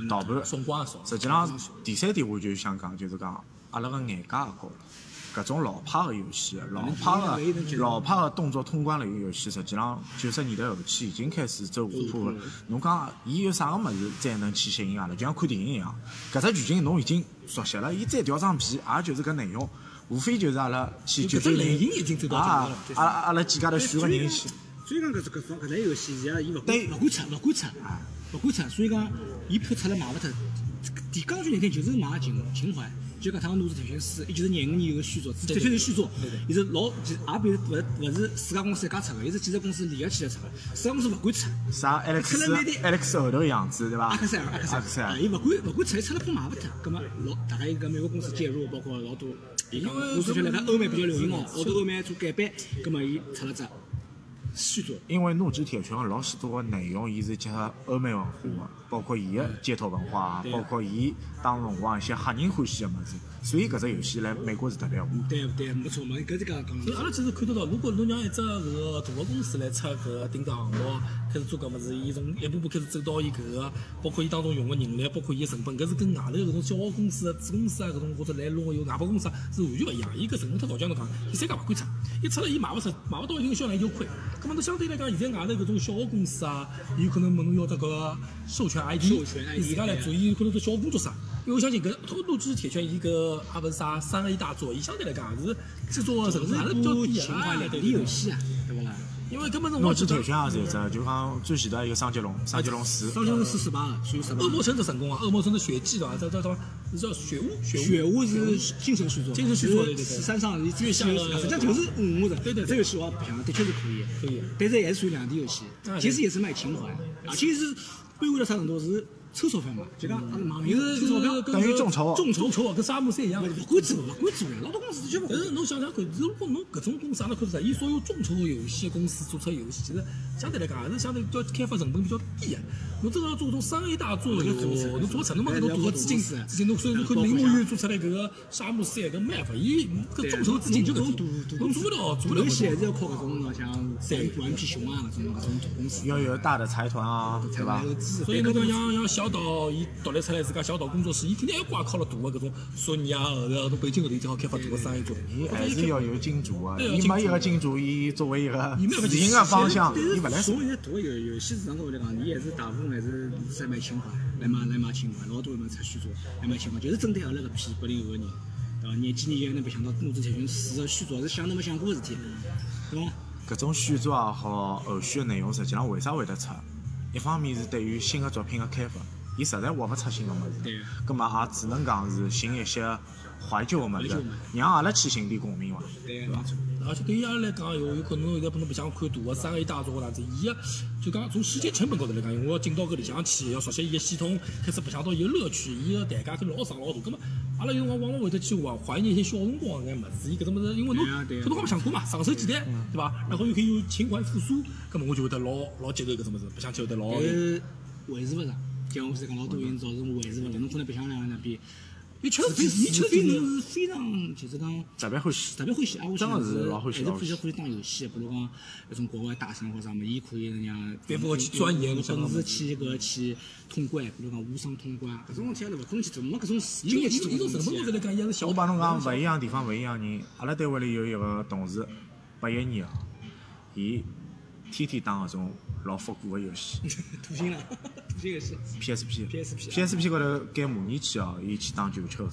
导盘。辰光也少。实际上，第三点我就想讲，就是讲阿拉个眼界也高。搿种老派个游戏，老派个老派个动作通关类个游戏，实际上九十年代后期已经开始走下坡了。侬讲伊有啥个物事再能去吸引阿拉？就像看电影一样，搿只剧情侬已经熟悉了，伊再调张皮也就是搿内容，无非就是阿拉去搿九只九零类型已经走到啊了。，阿拉阿拉几家头选个人去。所以讲搿是搿方搿类游戏，现在伊勿对管勿管出，勿管出，啊勿管出。所以讲，伊票出了卖勿脱。第刚句那天就是买情情怀，就讲他们弄是腾讯四，伊就是廿五年有个续作，的确是续作。伊是老，其实也不是勿勿是四家公司一家出个，伊是几只公司联合起来出个。四家公司勿管出，啥 Alex Alex 后头样子对伐？阿克塞尔，阿克塞尔，阿克塞尔啊伊勿管勿管出来出了怕卖勿脱，葛末老大概一个美国公司介入，包括老哎多，我是觉得辣盖欧美比较流行哦，澳洲欧美做改版，葛末伊出了只续作，因为《怒之铁拳》老许多个内容，伊是结合欧美文化个，包括伊个街头文化，啊包括伊当辰光一些黑人欢喜个物事，所以搿只游戏来美国是特别红。对对，没错嘛，搿是讲讲所以阿拉其实看得到，如果侬让一只搿个大个公司来出搿个定制项目，开始做搿物事，伊从一步步开始走到伊搿个，包括伊当中用个人力，包括伊个成本，搿是跟外头搿种小公司、子公司啊搿种或者来弄个有外包公司啊是完全勿一样。伊搿成本太高，就像侬讲，第三家勿敢出，一出了伊卖勿出，卖勿到一定销量伊就亏。葛末侬相对来讲，现在外头搿种小公司啊，伊有可能问侬要得搿个授权 ID，授权 ID 伊自家来做，伊有可能做小工作室。因为我相信搿《偷渡之铁拳》伊搿也勿是啥三 A 大作，伊相对来讲也是制作个成本还是比较多低情怀啊，两对地对游对。戏啊，对勿啦？因为根本是《怒我之铁觉得拳》也是一只，就讲最前头一个双截龙，双截龙四，双雄是失败个，属于失败恶。魔城的成功啊，恶魔城的血祭对吧？这这这这叫血雾，血雪雾。屋是精神续作，精神续作对对对十三上是月下的实际上就是五五的。对对对这游戏我也不想，啊的确是可以，可以但是也是属于两地游戏啊，对其实也是卖情怀，而且是卑微到啥程度是抽钞票嘛，就讲阿啊拉买名嗯是抽钞票，等于众筹啊众筹筹啊，跟沙漠赛一样。勿管做勿管做了，老多公司的确勿但管是侬想想看，如果侬搿种公司阿拉看出来，伊所有众筹的游戏公司做出来游戏，其实相对来讲还是相对较开发成本比较低的。侬真的要做种商业大作，搿做勿出来侬做勿出来，侬没搿种大个资金，是啊资金侬所以侬看包括铃木像园做出来搿个沙漠赛搿没办法，伊啊搿众筹资金就搿侬种赌，侬做勿了，做勿了游搿戏种还。是要靠搿种啊像顽皮熊啊搿种搿种大公司，要有大的财团啊，对伐？所以侬讲像像小岛，伊独立出来自家小岛工作室，伊肯定要挂靠了大个搿种索尼啊后头搿种北京后头一定好开发大个商业作品伊。还是要有金主啊，对有伊金主没一个金主，伊作为一个伊没有个自营个方向，但伊勿来是做。从现在大个游游戏市场高头来讲，伊还是大部分还是在卖情怀，来买来买情怀，老多人出续作来买情怀，就是针对阿拉搿批八零后个人，对伐？廿几年前能白相到《怒之铁拳四》个续作，是想都没想过个事体，对伐？搿种续作也好，后续的内容实际上为啥会得出？一方面是对于新的作品的开发，伊实在挖勿出新的物事，对葛末也只能讲是寻一些怀旧的物怀旧事物事，让阿拉去寻点共鸣伐？对个，没错。而且对于阿拉来讲，有有可能现在拨侬白相看大个商业大作或哪子，伊个就讲从时间成本高头来讲，因为我要进到搿里向去，要熟悉伊个系统，开始白相到伊个乐趣，伊个代价可能老长老大。葛末阿拉有辰光往往会得去怀怀念一些小辰光个眼物事，伊搿种物事，因为侬对啊对啊嗯搿辰光白相过嘛，上手简单，对伐？然后又可以有情怀复苏，葛末我就会得老老接受搿种物事，白相起会得老但。是维持勿上。就像我之前讲，老多原因造成我维持勿上。侬可能白相两个人比，你吃了除非你吃除了非侬是非常就是讲。特别欢喜。特别欢喜，啊，我真的的是老欢喜老还欢喜是比较欢喜打游戏，比如讲那种国外大神或啥么，伊可以让反复去钻研有搿种本事物事去搿去通关，比如讲无伤通关，搿种事体阿拉勿可能去做，没搿种精伊力伊去做伊搿从种成本事体高头来讲，伊也是小我帮侬讲，勿一样地方勿一样人。阿拉单位里有一个同事，八一年个，伊天天打搿种老复古个游戏啊， 土星了，土星也是。 ，PSP。 PSP PSP 高头盖模拟器哦，伊去打球球，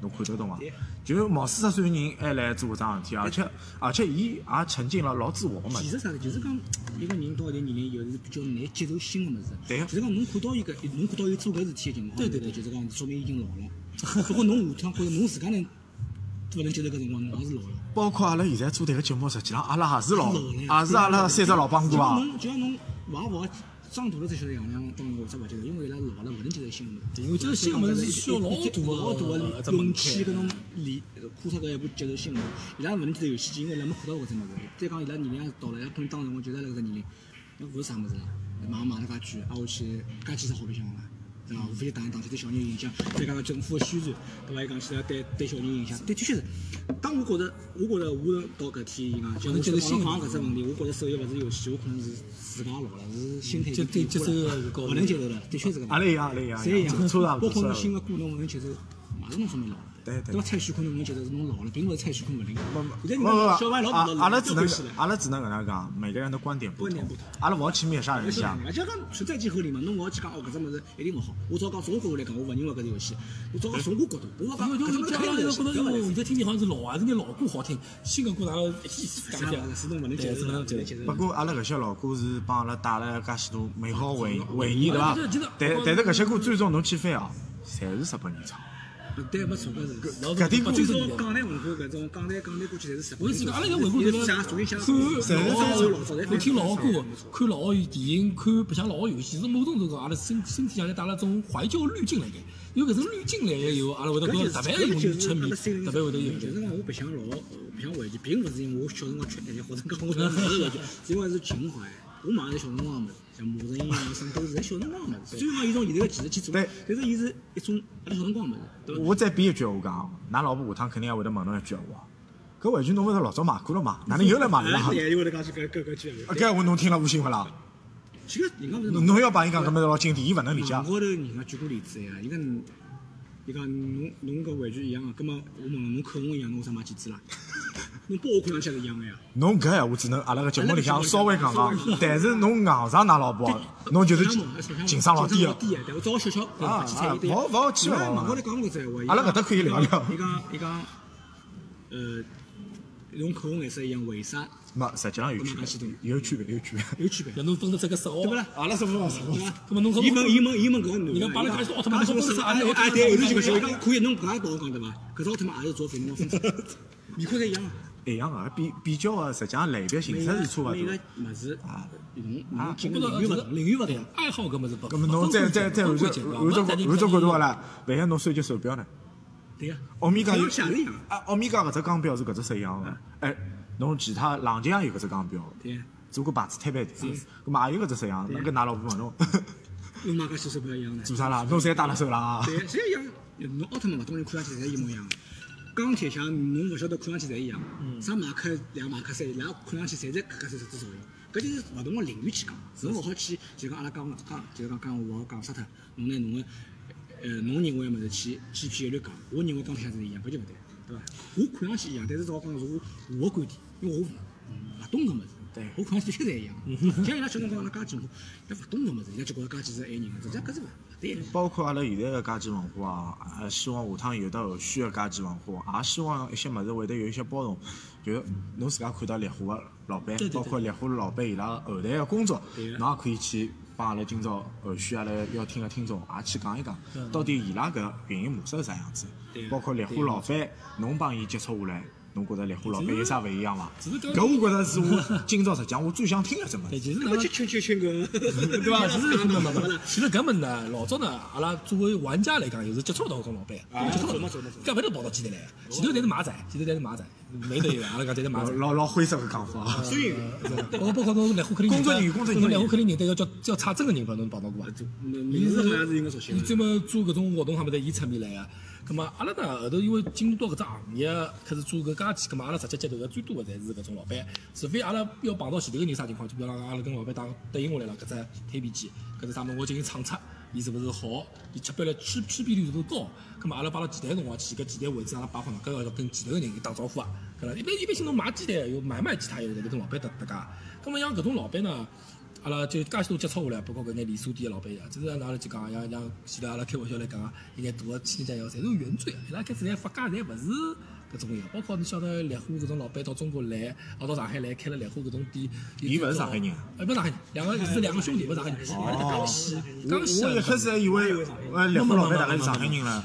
侬看得懂伐对？就毛四十岁个人还来做搿桩事体，而且而且伊也沉浸了老自我个物其事。实啥呢？就是讲，一个人到一定年龄以后是比较难接受新的物事。对呀就是讲，侬看到伊个，侬看到伊做搿事体的情况，对对对就是讲，说明已经老了。如果侬下趟觉着侬自家能勿能接受搿辰光，侬也是老了。包括阿拉现在做迭个节目，实际上阿拉也是老，老也是阿拉三只老帮哥啊就像。侬就像侬娃娃长大了才晓得爷娘当我啥勿接受，因为伊拉老了勿能接受新的物事。因为接受新的物事是需要老大的老大一的只勇门气槛搿种理科啥搿一步接受新的物事，伊拉勿能接受游戏机，因为伊拉没看到过搿只物事。再讲伊拉年龄也到了，伊拉可能当时我就是辣搿只年龄，那勿是啥物事了，马上买了家具，挨下去家具是好白相个啦。对伐？无非就打一打击对小人有影响，再加上政府的宣传，对伐？伊讲起来对对小人有影响，的确确是。当我觉着，我觉着我到搿天，伊讲就可能接受我新讲的搿只问题，我觉着首先勿是游戏，我可能是自家老了，是心态接变接化受了的高勿能接受了，的确是搿能。阿拉一样，阿拉一样，侪一样，做车上包做括车侬上新。的歌侬勿能接受，马上侬说明老了。对对对伐？蔡徐坤侬勿能接受是侬老了，并勿是蔡徐坤勿灵。现没在你没没讲小白老阿老阿拉老只交能关系了。阿拉只能搿能讲，每个人的观点不观点同不同，阿拉勿好去灭杀人而且家。就讲存在即合理嘛，侬勿好去讲哦，搿只物事一定勿好。我只好讲从我角度来讲，我勿认为搿只游戏。我只好讲从我角度，我勿讲因为搿只就物是事讲，肯定勿我是游戏觉得因勿为是现在听听好像是老还是眼老歌好听，新的歌哪能一起讲啥物事，是侬勿能接受是的，勿能勿接能受接受不的。过阿拉搿些老歌是帮阿拉带来介许多美好回回忆，对伐对对对？但但是搿些歌最终侬去翻哦，侪是日本人唱。不对，没错，搿是。老搿点不歌最尊早重你的。港台文化搿种港台港台歌曲侪是日本我人是做的。讲，阿拉现在回过头也是来写，重新写看老老听老歌，看老电影，看白相老游戏，是某种程度高，阿拉身身体上侪带了种怀旧滤镜来个。有搿种滤镜来个以后，阿拉会得觉得特别容易沉迷，特别会得有就是讲我白相老白相玩具，并勿是因为我小辰光缺爱，或者讲我勿是玩具，是因为是情怀。我买的小辰光的物事，像魔神音啊，啥都是在小辰光的物事。虽然讲伊从现在个技术去做，但是伊是一种阿拉小辰光的物事，对伐？我再编一句闲话讲，㑚老婆下趟肯定也会得问侬一句闲话。搿玩具侬勿是老早买过了嘛？哪能又来 买了啦？哎，我来讲起搿搿搿句啊，搿闲话侬听了无心勿啦？其实人家勿是侬侬要帮伊讲搿物事老经典，伊勿能理解。网高头人家举过例子呀，伊讲，伊讲侬侬搿玩具一样啊个，葛末我问侬侬口红一样，侬为啥买几支啦？ 侬包我看上去也是一样个呀。侬搿闲话只能阿拉个节目里向稍微讲讲阿拉个节目里，但是侬硬上㑚老婆，侬就是情情商老低个个。。对我只好小小啊去啊参与对。勿好勿好去伊拉勿好网高头讲过搿只闲话。伊阿拉讲搿搭可以聊聊伊讲伊讲，呃，用口红颜色一样，为啥没，实际上有区别，有区别，有区别。有区别？那侬分得出个色号对勿，啦？阿拉什么什么？那么侬伊问伊问伊问搿个男的，你讲巴拉卡是奥特曼讲公司啊啊你奥特曼对，后头公司就搿些，啊我讲可以，侬搿也帮我讲对伐？搿只奥特曼也是做反光分子，面孔侪一样啊。一样个，比比较个，实际上类别形式是差勿每多个。物事啊侬啊侬进个领域勿同，领域勿同。爱好搿么是不？咁么侬再再再按照按照按照角度话啊啦，万一侬算只手表呢？对个。欧米伽有也是一样。啊啊，欧米伽搿只钢表是搿只色一样个。哎，侬其他浪琴也有搿只钢表，对，只不过牌子摊牌点。咁么也有搿只色一样，那搿㑚老婆问侬 侬买搿些手表一样的。做啥啦？侬侪戴辣手啊啦？对，侪一样。侬奥特曼勿同人看上去侪一模一样。钢铁侠侬勿晓得看上去侪一样，啥马克两、马克三，伊拉看上去侪在搿搿只只造型。搿就是勿同个领域去讲，侬勿好去就讲阿拉讲讲，就是讲讲我勿好讲杀脱，侬拿侬个呃侬认为个物事去去简略讲，我认为钢铁侠是一样，搿就勿对，对伐？我看上去一样，但是只好讲是我我个观点，因为我勿懂搿物事。对我看上去的确侪一样。像伊拉小辰光阿拉家境，伊拉勿懂搿物事，伊拉就觉着家境是爱人个，实际上搿是勿勿对个。包括阿拉现在个家居文化啊，也希望下趟有得后续个家居文化，也希望一些物事会得有一些包容。就是侬自家看到猎户个老板对，对包括猎户老板伊拉后台个工作对，个侬也可以去帮阿拉今朝后续阿拉要听个听众也去讲一讲，嗯到底伊拉搿运营模式是啥样子对？个包括猎户老板，侬帮伊接触下来，侬觉着蓝花老板有啥勿一样伐？只是讲搿我觉着是我今朝实际上我最想听的只物对，事。其实那呢么，就圈圈 圈滚，对 对伐？其实是没没么没了，，其实搿么呢，老早呢，阿拉作为玩家来讲，也是接触到搿老板，啊接触到没错没错搿勿是跑到几头来的，前头侪是马仔，前头侪是马仔，没得有，啊阿拉讲侪是马仔。老老灰色个讲法啊，所以包括包括侬来虎克林，工作人员工作人员来虎克林人，但要叫叫差真个人，勿侬碰到过伐？名字好像是应该熟悉伊的。专门做搿种活动，哈么在伊出面来个。葛末阿拉呢后头因为进入到搿只行业，开始做搿家具，葛末阿拉直接接头个最多个侪是搿种老板。除非阿拉要碰到前头个人啥情况，就比如讲啊阿拉跟老板打对应下来了，搿只推皮机，搿只啥物事我进行厂测，伊是勿是好，伊出标来区区别率是多高。葛末阿拉摆辣前台个辰光去，搿前台位置阿拉摆好，搿要跟前头个人打招呼啊。搿啦，一般一般性侬买鸡蛋有买卖鸡蛋有，侪是跟老板搭搭界。葛末像搿种老板呢？阿拉就介许多接触下来，包括搿眼连锁店个老板爷，就是拿阿拉就讲，像像前头阿拉开玩笑来讲啊，一眼大个企业家要侪是原罪，伊拉开始来发家侪勿是搿种样，包括你晓得莲花搿种老板到中国来，啊到上海来开了莲花搿种店，伊勿是上海人啊呃，勿是上海人，两个是两个兄弟，勿是上海人，阿拉江西，啊哦我江西啊我一开始还以为呃蓝花老板大概是上海人了，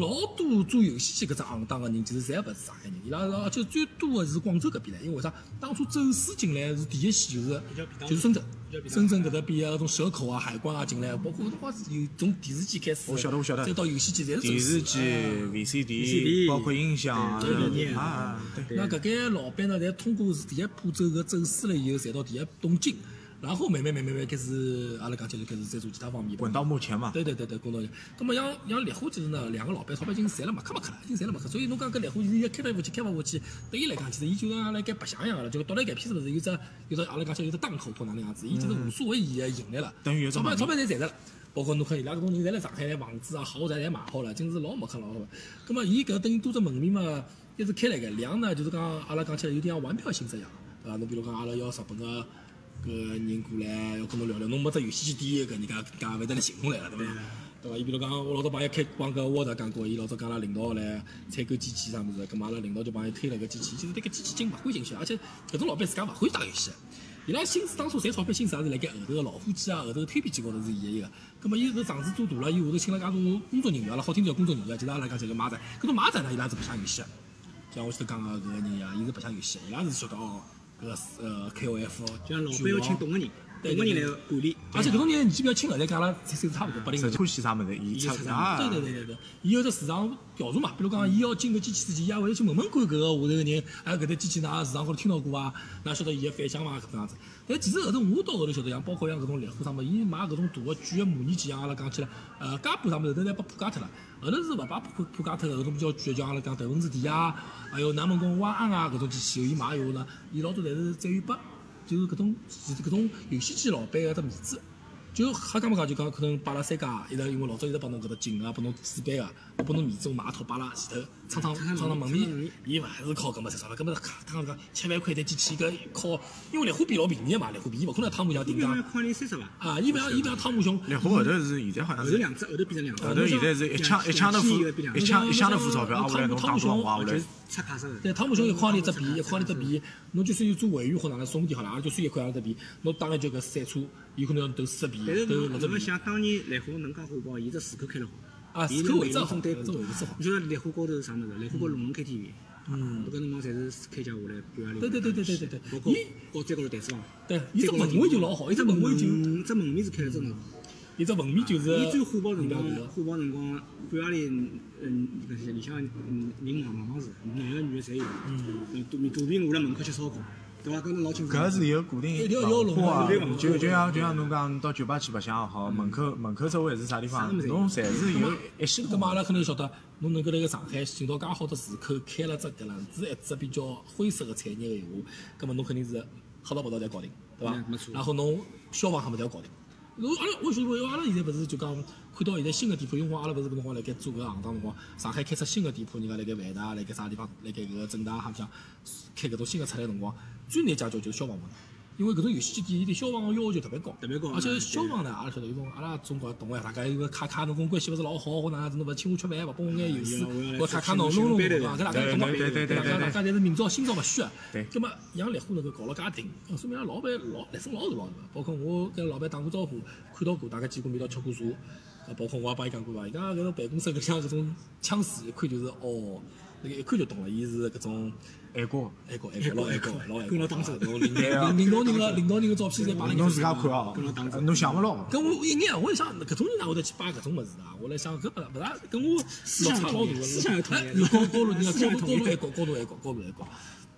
老多做游戏机搿只行当个人，其实侪勿是上海人，伊拉而且最多个是广州搿边来，因为为啥？当初走私进来是第一线，就是就是深圳，深圳搿搭边啊，从蛇口啊、海关啊进来，包括搿辰光是有从电视机开始，我晓得我晓得再到游戏机侪是走私哎电视机、VCD， VCD 包括音响啊对对对啊，对。那搿眼老板呢，侪通过是第一浦州搿走私了以后，侪到第一东京，然后慢慢慢慢慢开始，阿拉讲起来就开始再做其他方面。滚到目前嘛，对对对对，公道讲。那么像像莲花其实呢，两个老板钞票已经赚了没克没克了，已经赚了没克。所以侬讲搿莲花现在开勿下去，开勿下去，对伊来讲，其实伊就像阿拉一间白相一样了，就到了搿片是勿是有只有只阿拉讲叫有只档口或哪能样子，伊就是无所谓伊个盈利了，等于有只钞票门钞票侪赚着了。包括侬看伊拉搿种人，侪来上海房子啊、豪宅侪买好了，真是老没克老好。葛么伊搿等于多只门面嘛，一直开来个量呢，就是讲阿拉讲起来有点像玩票性质一样，对啊伐？侬比如讲阿拉要日本个。搿人过来要跟侬聊聊，侬没只游戏机店，搿人家搿家勿会得来寻侬来了，对伐？对伐？伊比如讲，我老早帮伊开帮搿沃达讲过，伊老早讲阿拉领导来采购机器啥物事，搿么阿拉领导就帮伊推了个机器，就是迭个机器进勿欢进去，而且搿种老板自家勿欢喜打游戏。伊拉心思当初赚钞票心思也是辣盖后头个老虎机啊，后头个推皮机高头是伊个一个。葛么伊搿上市做大了，伊下头请了介多工作人员，阿拉好听叫工作人员，就是阿拉讲就是马仔，搿种马仔呢伊拉是白相游戏的。像我前头讲个搿个人呀，伊是白相游戏的，伊拉是晓得哦，搿个呃 KOF，就像老板要请懂个人，懂个人来管理。而且搿种人年纪比较轻个，侪讲阿拉岁数差勿多八零实后际。欢喜啥物事，伊出啊，对对对对对，伊有只市场调查嘛，比如讲，伊要进搿机器之前，伊也会去问问看搿个下头个人，哎，搿台机器㑚市场高头听到过伐？㑚晓得伊个反响伐？搿能样子。但其实后头我到后头晓得，像包括像搿种猎户啥物事，伊买搿种大个巨个模拟机，像阿拉讲起来，呃，加布啥物事，都侪拨破解脱了。后头是勿把破破解脱个，搿种比较巨个，像阿拉讲头文字 D 啊，还有南门宫湾岸啊搿种机器，伊买以后呢，伊老多侪是再有拨，就是搿种就是搿种游戏机老板个只面子。就瞎讲么讲，就讲可能摆了三家，伊拉因为老早伊拉帮侬搿搭进啊，帮侬主办啊，我帮侬面子，我买一套摆辣前头，苍苍苍苍门面，伊勿是靠搿么赚钞票，搿么咔，他讲七万块钿机器搿靠，因为莲花币老便宜嘛，莲花币伊勿可能汤姆像一顶百价万块钿三十伐？啊，伊勿像伊勿像汤姆熊，猎户后头是现在好像后头是，两只，后头变啊后成两只。头现在是一枪一枪头付一枪一枪头付钞票，啊，我来侬打多少话，我来就是插卡式的。对，汤姆熊一块钿一只币，一块钿一只币，侬就算有做会员或哪能送点好了，啊阿拉就算一块钿一只币，侬打个就搿赛车，有可能要投四只币，但是投六侬只侬要币。想，当年兰花能介火爆，伊只市口开了好。啊伊市口位置好中对呃这位置好你晓得兰花高头是啥物事？兰花高头龙门 KTV。嗯，搿辰光侪是开家下来表演对对对对对对对包括伊高再高头台子房，对，伊只文化就老好，伊只文化就，嗯只门面是开了真的好。伊只文面就是。伊最火爆辰光伊拉搿，个火爆辰光，半夜里，嗯，搿些里向嗯人忙忙忙是，男个女个侪有。嗯，肚皮肚皮饿了门口吃烧烤，对伐？搿侬老清楚。搿是有固定文化啊，就就像就像侬讲到酒吧去白相也好，门口门口周围嗯是啥地方，侬侪是有一系葛统末阿拉肯定晓得，侬能够来个上海寻到介好的市口，开了只搿样子一只比较灰色个产业个闲话，葛末侬肯定是黑道白道侪搞定，对伐嗯没？错然后侬消防啥物事侪要搞定。侬阿拉我觉得，阿拉现在勿是就讲看到现在新个店铺，因为我阿拉勿是搿辰光辣盖做搿行当辰光，上海开出新个店铺，人家辣盖万达，辣盖啥地方，辣盖搿个正大哈像开搿种新个出来辰光，最难解决就是消防问题。因为搿种游戏机店，伊对消防个要求特别高，特别高而且嗯消防呢，阿拉晓得有种阿拉中国懂呀，大家有个卡卡侬跟我关系勿是老好，或哪样子侬勿请我吃饭，勿拨我眼油水，我卡卡闹弄弄弄啊，搿大家懂嘛？大家大家侪是明朝心照勿虚啊。葛末杨立虎能够搞了介顶，说明阿拉老板老来生老是老是包括我跟老板打过招呼，看到过，大家见过面，到吃过茶。包括我也帮伊讲过伐，伊讲搿种办公室搿像搿种枪水，一看就是哦，那个一看就懂了，伊是搿种爱国，爱国爱国老爱国老爱国跟，了当初侬领导领导人个领导人个照片侪摆辣侬眼自家看啊跟侬打，侬想勿牢。跟我一眼，我一想，搿种人哪会得去摆搿种物事啊？我来想，搿勿勿大跟我思想差有老统大一了。思想有统一哎高高度，你思想有讲统高度一高度爱国，高度爱国，高度爱国。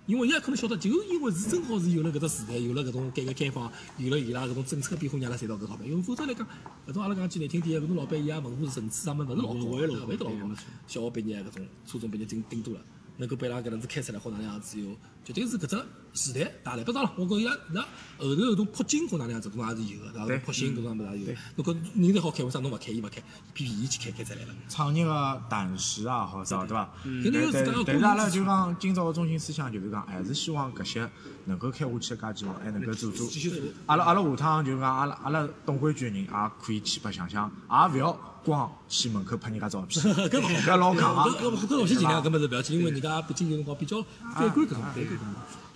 因为伊拉可能晓得，就因为是正好是有了搿只时代，有了搿种改革开放，有了伊拉搿种政策变化，让阿拉赚到搿钞票。因为否则来讲，搿种阿拉讲句难听啊点，搿种老板伊拉文化层次啥物事勿是老啊高，勿是老高勿是对老高没错。小学毕业搿种，初中毕业顶顶多了，能够被伊拉搿能子开出来或哪能样子以后，绝对是搿只时代带来。不当然，我讲伊拉伊拉后头有种扩军或哪能样子，搿种也是有个，然后对扩新搿种也是有个。侬讲人侪好开，为啥侬勿开？伊勿开，偏偏伊去开开出来了。创业个胆识也好啥，对伐？搿侬有自家但个但是阿公拉司就讲今朝个中心思想就是讲，还是希望搿些能够开下去个家具房还能够做做继续做。阿拉阿拉下趟就讲阿拉阿拉懂规矩个人也可以去白相相，也勿要光去门口拍人家照片，搿勿搿老戆啊搿搿搿东西尽量搿物事勿要紧，因为人家毕竟有辰光比较反感搿种，反感搿种。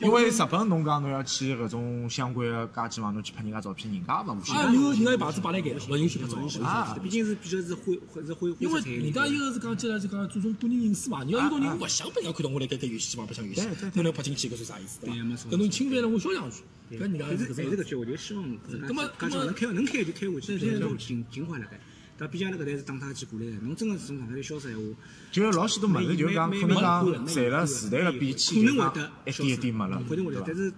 因为日本侬讲侬要去搿种相关个家具房，侬去拍人家照片，人家也勿喜啊，有人家有牌子摆辣盖，勿允许拍照。啊毕竟是比较是灰灰是灰灰因为色彩的人家一个是讲，既然是讲注重个人隐啊私嘛，你要有种人勿想被人家看到我辣盖搿游戏机房白相游戏对对，对侬能拍进去搿算啥意思对伐对没？错搿侬侵犯了我肖像权，搿人家但是是但搿是搿种。句，我就希望自家那么家那么能开能开就开下去，对但是对对尽尽快辣盖。但毕竟阿拉搿代是打太极过来的，侬真个是从上海头消失闲就话，老许多物事就是讲可能讲随了时代个变可迁，就能讲会得一点一点没了，可能会对得。但伐？是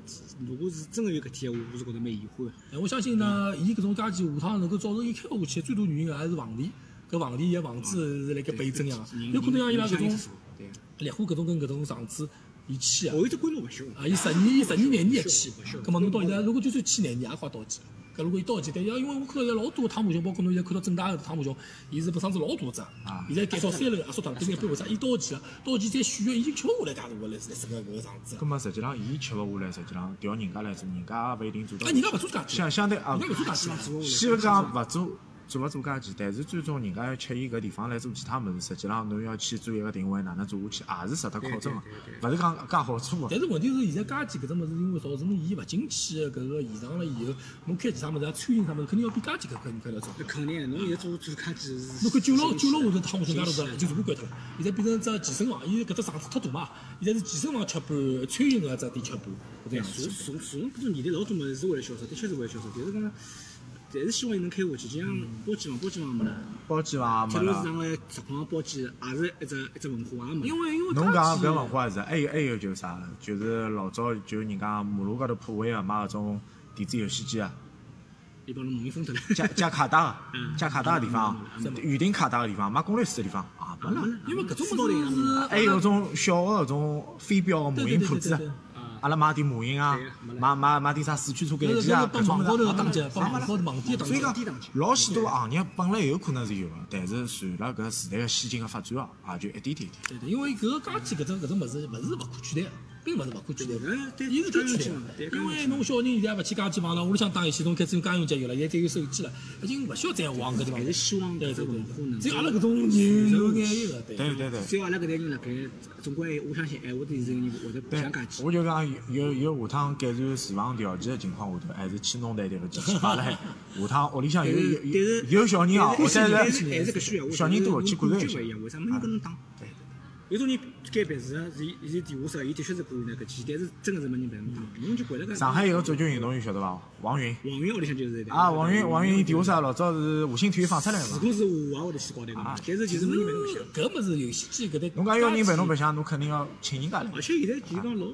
如果是真个有搿天闲话，我是觉着蛮遗憾的。哎，我相信呢，伊搿种家具下趟能够造成伊开下去，最大原因还是房钿。搿房钿伊个房子是辣盖倍增呀，啊嗯有可能像伊拉搿种对啊，烈火搿种跟搿种房子伊去啊我，有只规模勿小。啊，伊十二伊十二廿年一去，葛末侬到现在如果就算去廿年也快到期了。搿如果伊到期，但要因为我看到有老多个汤姆熊，包括侬现在看到正大个汤姆熊，伊是本身是老大只，现在改造三楼压缩堂，顶一般为啥？伊到期了，到期再续约已经吃勿下来介大个来来整个搿个房子了葛。末实际上伊吃勿下来，实际上调人家来做，人家也勿一定做到啊，。人家勿做家具，相相对啊人，家勿做家具。先勿讲勿做做勿做家具，但是最终人家要吃伊搿地方来做其他物事，实际上侬要去做一个定位，哪能做下去也是值得考证个，勿是讲介好做啊个。但是问题是，现在家具搿只物事，因为造成伊勿景气个搿个现象了以后，侬开其他物事啊，餐饮啥物事，肯定要比家具搿块搿块要早。肯定，侬现在做做家具是侬看九老九老下头汤姆熊家头已经全部关脱了，现在变成只健身房，伊搿只场子忒大嘛，现在是健身房吃半，餐饮个只店吃半，搿种样从子。从从搿种年代老多物事是为了销售，的确是为了销售，但是讲，但是希望伊能开下去，就像包机房，包机房没了，包机房也铁没路了。市场个实况包机也是一只一只文化，也没了。因为因为侬家讲具搿文化是，还有还有就是啥，就是老早就人家马路高头铺位啊，买搿种电子游戏机啊，伊帮侬弄一分脱了。加加卡带啊嗯，加卡带个地方，预定卡带个地方，买攻略书个地方啊，没了。因为搿种物事是还哎有搿种小个搿种飞镖个模型铺子啊对对对对对，阿拉买点模型啊对呀，没了买买买点啥四驱车改搿机是啊，帮搿种网高头个物打击事，帮网高头网店打所以击。讲，老许多行业本来有可能是有个，但是随了搿时代个先进个发展哦，也就一点点点。对对，因为搿个家具搿只搿只物事勿是勿可取代的，并勿是勿可取代的嗯，对伊是可以取代对的。因为侬小人现在勿去家具房了，屋里向打游戏，侬开始用家用机有了，现在有手机了，已经勿需要再往搿地方还了。是希望对搿只对文化对，能只有阿拉搿种人有眼有个，对。对对对。只有阿拉搿代人辣盖，总归哎我相信还会得有人会得对想家具。我就讲有有下趟改善住房条件的情况下头，还是去弄台台个机器摆辣海。下趟屋里向有有哎但是有有小人啊，或但者是是但是还是搿句闲话，小人多去感观察觉一勿下一。样，为啥没人跟侬打？有种人盖别墅啊，是伊伊地下室，伊的确是可以拿搿去，但是真个是没人陪侬打，侬就掼辣搿。上海有个足球运动员晓得伐？王云王源屋里向就是这啊，王云王云伊地下室老早是无线体育放出来如嘛。啊果是我，啊我也会得去搞这个嘛，但是就是没人陪侬白相。搿物事游戏机搿搭，侬讲要人陪侬白相，侬肯定要请人家来。而且现在就是讲老，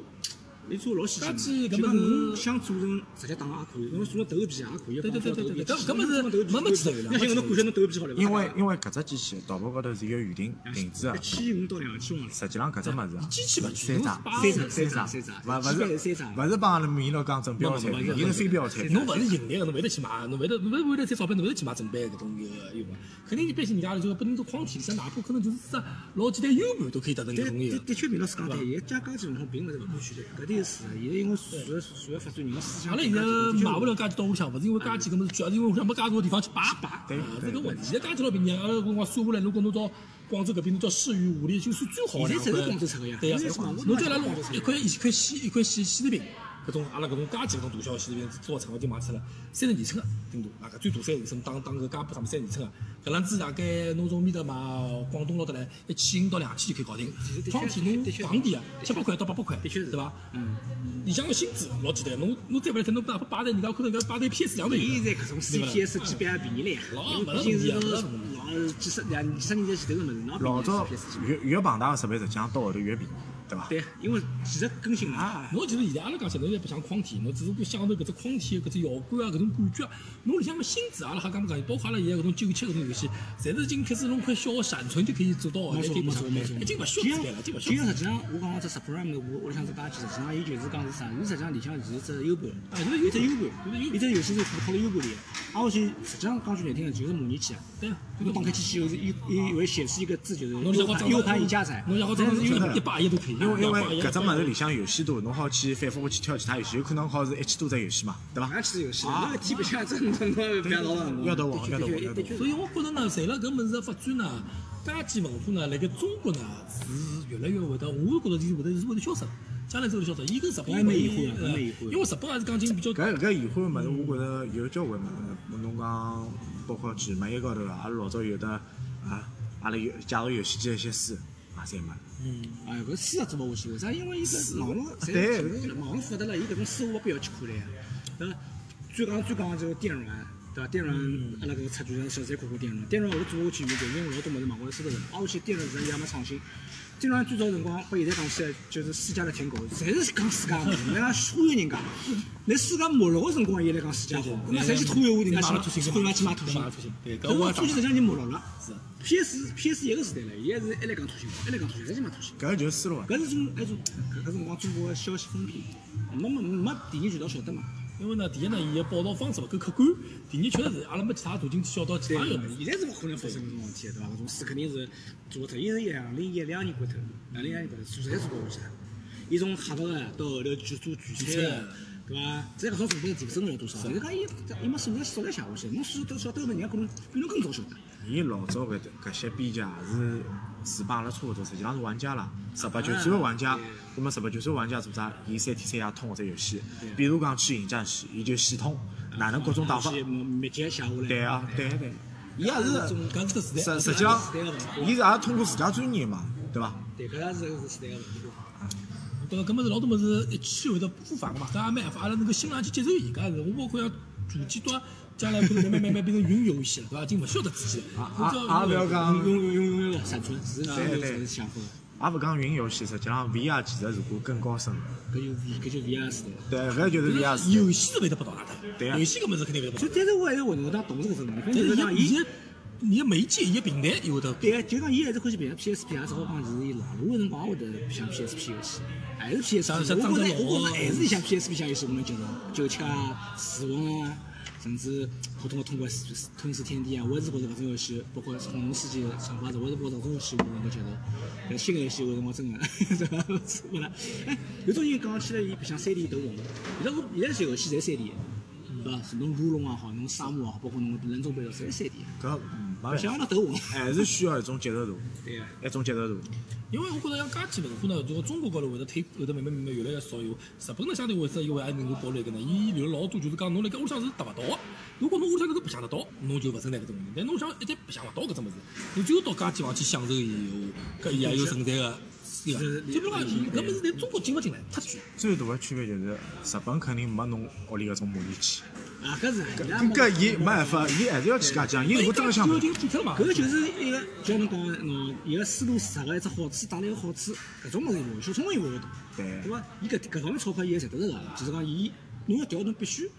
你做老细家心具的，搿就讲么是侬想做成直接打也可以，侬做成头皮也可以，对对对对对对搿搿搿么是没没几头了而且侬感觉侬头皮好了，因为因为搿只机器淘宝高头是有预定定制个一，千五到两千往里，实际上搿只物事啊，机器勿去三侬张摆张三张三张三张，张勿基本勿是是三张勿是帮阿拉米老讲成标产品，伊是非标产品。侬勿是盈利个，侬勿会得去买，侬勿会得侬勿会得赚钞票，侬勿会得去买正版搿种个衣服。肯定一般性人家就拨侬个框体，像哪怕可能就是只老简单 U 盘都可以达成搿但种的。个的确，明老师讲对，现在家家这文化并勿是勿可取代，搿点是事实。现在因为随着随着发展，人个思想，阿拉现在买勿了家具到屋里向，勿是因为家具搿物事，主要是因为屋里向没介多个地方去摆摆。对啊对这个问题。现在家呃具老便宜，阿拉辰光算下来，如果侬到广州搿边，侬到市县、华里，就算最好的现在侪是广两块州出个呀对呀现在是广州，侬叫伊拉弄一块一块西一块西西制品，搿种阿拉搿种加级搿种大小戏里面做长个就买起来三十二寸个顶多啊，搿最大三十二寸当当搿加布啥物三十二寸个，搿样子大概侬从面搭买哦广东捞得来一千五到两千就可以搞定的，确装体侬的确戆点啊，七八块到八百块，的确是对伐？嗯，里向个薪资老简单，侬侬再勿来塞，侬哪怕摆在人家可能搿摆在 PS 两头有。现在搿种 CPS 级别也便宜了呀，老因为毕没竟是问题个啊老几十两几十年前头个物事，哪老便早宜 CPS 级别？越越庞大个设备，实际上到后头越便宜，对伐？对，啊因为技术更新了，侬其实现在阿拉讲起来，侬也不想框体，侬只是过想到搿只框体搿只摇杆啊，搿种感觉啊，侬里向个心智啊阿拉还讲不讲？包括阿拉现在搿种九七搿种游戏，侪是已经开始弄块小个闪存就可以做到的，没来错可以没想错没错，已经勿需就要像纸板了，已经勿需就要像纸实际上我讲我只 Supreme，我屋里向只家具，实际上伊就是讲是啥？伊实际上里向就是只 U 盘，啊就是 U 一只 U 就是 U 盘，一只游戏是套了 U 盘里的。啊，我去，实际上讲句难听的，就是模拟器啊。对啊我打开机器以后是一一会显示一个字，就是侬想 U 好找盘 U 盘已加载。侬想好找但到是一因为一百页都可以，因为因为两百页搿只物事里向游戏多，侬好去反复去挑其他游戏，有可能好是一千多只游戏嘛，对伐？哪去游戏？啊那踢不下真的，那不要老了。要得网，要得网，要得网。所以我觉着呢，随了搿物事的发展呢，家居文化呢，辣盖中国呢是越来越会得，我觉着是会得是会得消失的，将来是会得消失。伊跟日本还没遗会憾还呃没遗憾因为日本还是讲经比较搿搿遗憾的物事，我觉着有交关物事。侬讲包括纸媒一高头啊，阿拉老早有的啊，阿拉有介绍游戏机的一些书啊，侪没了。哎，搿书也做勿下去，为啥？因为伊搿网络，侪对网络发达了，伊搿种书我勿要去看了呀。对伐？最讲最讲就是电软，对伐？电软，阿拉搿个出就是小三看看电软，电软后头做下去有因为老多物事网高头收得着，挨下去电软实际也没创新。电软最早辰光和现在讲起来，就是世界的舔狗，侪是讲世界物事，人家忽悠人家。那世界没落个辰光，伊来讲世界好，那侪去忽悠人家去买土星，去买土星，对搿搿我我也土星讲实际上已经没落了。是 PS PS 一个时代了，现在是还来讲土星，还来讲土星，侪去买土星。搿就是思路啊。搿是种埃种搿搿辰光中国个消息封闭，没没没第一渠道晓得嘛。因为呢，第一呢，伊个报道方式勿够客观；第二，确实是阿拉没其他途径去晓得其他个物事。现在是勿可能发生搿种事体，对伐？搿种事肯定是做勿脱。伊是两零一两年过头，两零一两年过头，做侪做勿下去了。伊从黑白个到后头去做聚餐个，对伐？再搿种成本提升勿了多少，就是讲伊伊没数字数字写下去，侬数字都晓得个人家可能比侬更早晓得。伊老早搿搿些编辑也是是帮阿拉差不多，实际上是玩家啦，十八九岁的玩家啊对。那么十八九岁的玩家做啥？伊三天三夜通搿只游戏对，比如讲《去影战士》，伊就系统哪能各种啊打法？密集写下来。对啊，对对，伊也是种搿是个时代，实实际上，伊是也通过自家专业嘛，对伐？对，搿也是搿是时代个问题。搿搿物事老多物事一起会得复发个嘛，搿也没办法，阿拉能够欣然去接受伊搿也是。我包括像主机端，将来可能慢慢慢慢变成云游戏了，对伐？已经勿晓得自己了。啊啊啊不要讲用用用用闪存，是搿就是想法。也勿讲云游戏，实际上 VR 技术是过更高深。搿就 V，搿就 VR 时代了。对，搿就是 VR 世界游戏是会得不到阿的，对啊游戏搿物事肯定会得不就到。但是我还是会得当懂这个问题，反但正就是是伊讲伊伊，个伊个媒介伊个平台伊会得对个，就讲伊还是欢喜别 PSP 啊，只好讲就是伊老了个辰光也会得像 PSP 游戏，还是 PSP。像我觉像着张我灯觉笼着啊还是像 PSP 像游戏我们接受，九七啊、死亡啊，甚至普通的通关吞噬天地啊，我还是觉着搿种游戏，包括恐龙世界的想法是，我还是觉着搿种游戏我能够接受。但新个游戏我辰光真个，啊 是吧？勿啦，哎，有种人讲起来伊白相三 D 斗魂，现在我现在是游戏侪三 D。对伐？侬如龙也啊好，侬沙漠也好，包括侬人中北斗，侪是三 D 啊的。搿没办想法让他抖我。还是需要一种接受度，对呀，一种接受度。因为我觉得像家具文化呢，就中国高头会得退，会得慢慢慢慢越来越少有。日本呢，相对会得伊会还能够保留一个呢，伊留了老多就是讲侬辣盖屋里向是达勿到个。如果侬屋里向能够白相得到，侬就勿存在搿种问题。但侬想一旦白相勿到搿只物事，侬只有到家具房去享受伊有，搿伊也有存在个。对伐？就比如讲，搿物事在中国进勿进来，太贵。最大的区别就是，日本肯定没侬屋里搿种模拟器，啊，搿是人家搿搿伊没办法，伊还是要去家讲，伊如果真的想买就，已经变脱了嘛。搿就是一个，就像侬讲的喏，一个思路实个一只好处，带来一个好处，搿种物事有，小聪明有得到，对对伐？伊搿搿方面钞票伊也赚得着个，就是讲伊侬要调侬必须，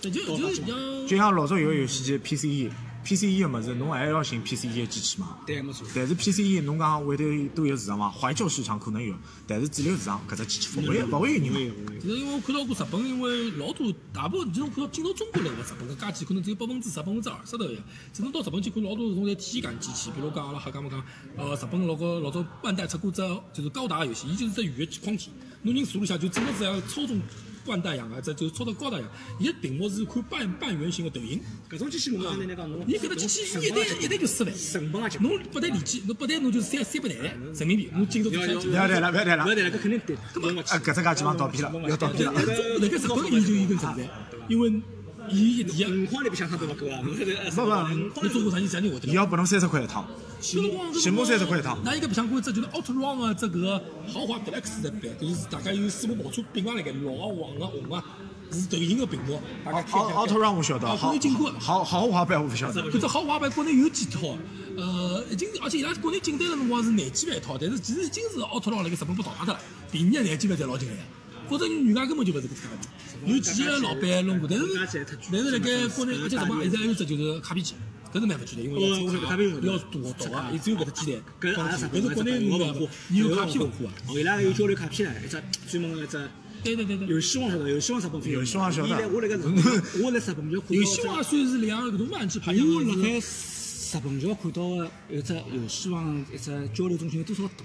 就就是像就像老早有个游戏机 PCE，PCE E 的物事侬还要寻 PCE 的机器买。对，没错。但是 PCE 侬讲会得都有市场伐？怀旧市场可能有，但是主流市场搿只机器勿会勿会有人买。其实因为我看到过日本，因为老多大部分，其实我看到进到中国来个日本搿家具，可能只有百分之十、百分之二十头一样。只能到日本去看，老多是种在体验感机器，比如讲阿拉瞎讲么讲，呃，日本老个老早万代出过只就是高达游戏，伊就是只圆的框体，侬人坐里向就真个是像操纵掼蛋样个，这就是超到高档样。伊个屏幕是看半半圆形个投影，搿种机器侬刚才来讲，侬你搿个机器一台一台就四万，成本也吃。侬不谈利息，侬不谈侬就是三三百台人民币，侬今朝就要开要机不。要谈了，不要谈勿要了。谈了，搿肯定对，搿啊，搿只家基本上倒闭了，要倒闭了。辣盖日本伊就有根存在，因为伊一第一，五块钿白相相都勿够啊！侬搿个不五不，块你做过啥人啥人会得伊？要拨侬三十块一趟，全那一个白相过这就是 Outrun 啊，这个豪华 Deluxe 的版，就是大概有四部跑车并排辣盖，老啊黄啊红啊，是投影个屏幕。大家 奥奥特啊让我晓得，啊，好国内进过。好豪华版我不晓得。搿只豪华版国内有几套，呃，已经而且伊拉国内进单个辰光是廿几万一套，但是其实已经是奥特朗辣盖日本被淘汰脱了，便宜个廿几万才捞进来，否则人家根本就勿是搿价钿。有几个老板弄过，但是但是辣盖国内，而且辰光现在还有只就是卡片机，搿是蛮勿错的，因为要多多啊，伊只有搿只机台搿阿拉日但本是国内我侬文讲化，伊有卡卡片片文文化化啊，，哦，伊拉还有交流卡片呢，一只专门个一只对对对对。有希望晓得，有希望日本朋友。有希望晓得现在我辣盖日本，我辣日本桥看到有希望算是两个搿种万智牌，因为因我辣为盖日本桥看到的有只有希望一只交流中心有多少大，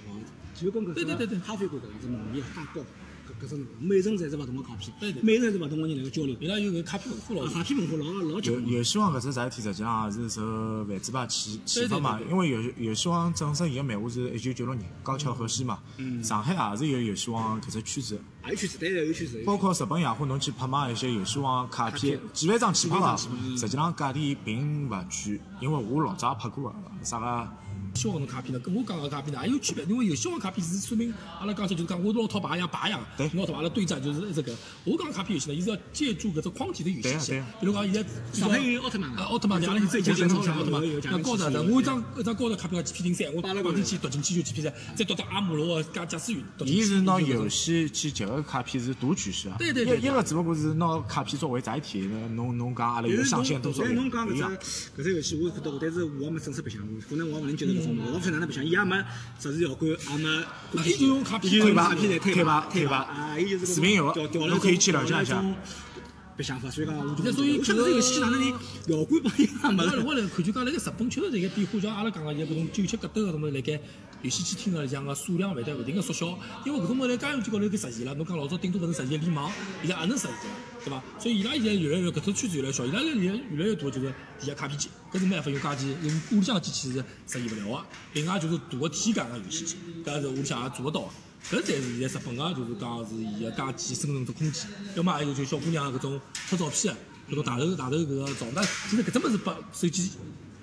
就跟搿对对对对只咖啡馆搿样子门面大高，搿搿种每层侪是勿同个卡片对对，每层侪是勿同个人来个交流。伊拉有搿卡片文化啊老卡片文化老老有强，有希望搿只事体，实际上也是受万智牌启启发嘛对对对。对因为有有希望正式伊个漫画是一九九六年，高桥和希嘛。上海也是有有希望搿只圈子，啊也有圈子，对有圈子。包括日本雅虎，侬去拍卖一些游戏王卡片，几万张起拍啊，实际上价钿并勿贵，因为我老早也拍过啊，啥个消防搿种卡片呢，跟我讲个卡片呢也有区别，因为有消防卡片是说明阿拉讲起来就是讲我老套牌一样牌一样，对老套牌阿拉对战就是这个。我讲卡片游戏呢，伊是要借助搿只框体的游对戏啊对线啊，比如讲现在上海有奥特曼啊呃奥特曼，阿拉最近讲奥特曼有，那讲高头的，我一张一张高头卡片几片顶三，我摆辣放进高头去夺进去就几片三，再夺到阿姆罗加驾驶员，夺进去伊是拿游戏，戏去结合卡片是大趋势啊。对对对一一个只不过是拿卡片作为载体，侬侬讲阿拉但有是上侬限多少但是侬讲一样搿。只搿只游戏我看到过，但是我还没正式白相过，可能我也勿能接受搿种物事。我勿晓得哪能白相，伊也没实时摇杆，也没。那伊就用卡片推吧卡片来推推啊，伊就是白相法，所以讲我就。我想这游戏哪能连摇杆帮伊拉我没？我来看就讲，辣盖日本确实这个变化，像阿拉讲个现在搿种九七格斗个什么，辣盖游戏机厅个像个数量会得勿停个缩小，因为搿种物事家用机高头搿实现了，侬讲老早顶多勿能实现联网，现在也能实现了，对伐？所以伊拉现在越来越搿只圈子越来越小，伊拉现在越来越多就是底下卡片机，搿是没办法用家机，用屋里向个机器是实现勿了个。另外就是大个体感个游戏机，搿是屋里向也做勿到个。搿才是现在日本个，就是讲是伊个家机生存只空间，要么还有就小姑娘搿种拍照片啊，搿种大头大头搿个照，但其实搿只物事拨手机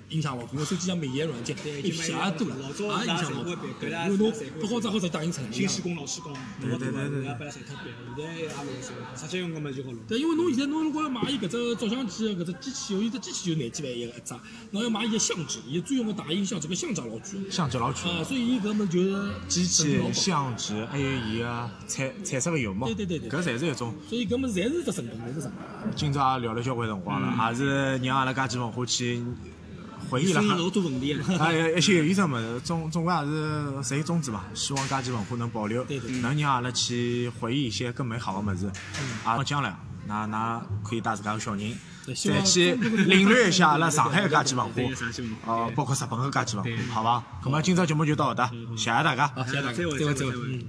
影响勿，因为手机上美颜软件一批也多了，也啊影响勿。因为侬不好只好只打印出来一新样。施工老施工，对对对对，要把它晒脱白，现在也没啥，直接用搿么就好了。对，因为侬现在侬如果要买伊搿只照相机的搿只机器，伊只机器就廿几万一个一只，侬要买伊个相机，伊专用个打印相机，搿相机也老贵。相机老贵，啊，所以伊搿么就是机成本老器、高相机，还有伊个彩彩色个油墨，对对对对搿侪是一种。所以搿么侪是只成本，侪是成本。今朝也聊了交关辰光嗯了，也是让阿拉家基文化去回忆了生哈了。老多问题啊！啊，一些有意思的物事，总总归也是谁宗旨吧，希望家基文化能保留对对，嗯能让阿拉去回忆一些更美好的物事。啊，将来㑚㑚可以带自家个小人，对希望再去领略一下阿拉上海个家基文 对，啥新闻？化，哦，嗯包括日本个家基文化，好伐？咁么今朝节目就到搿搭，谢谢大家。好，谢谢大家，再会再再会，再会会再会。嗯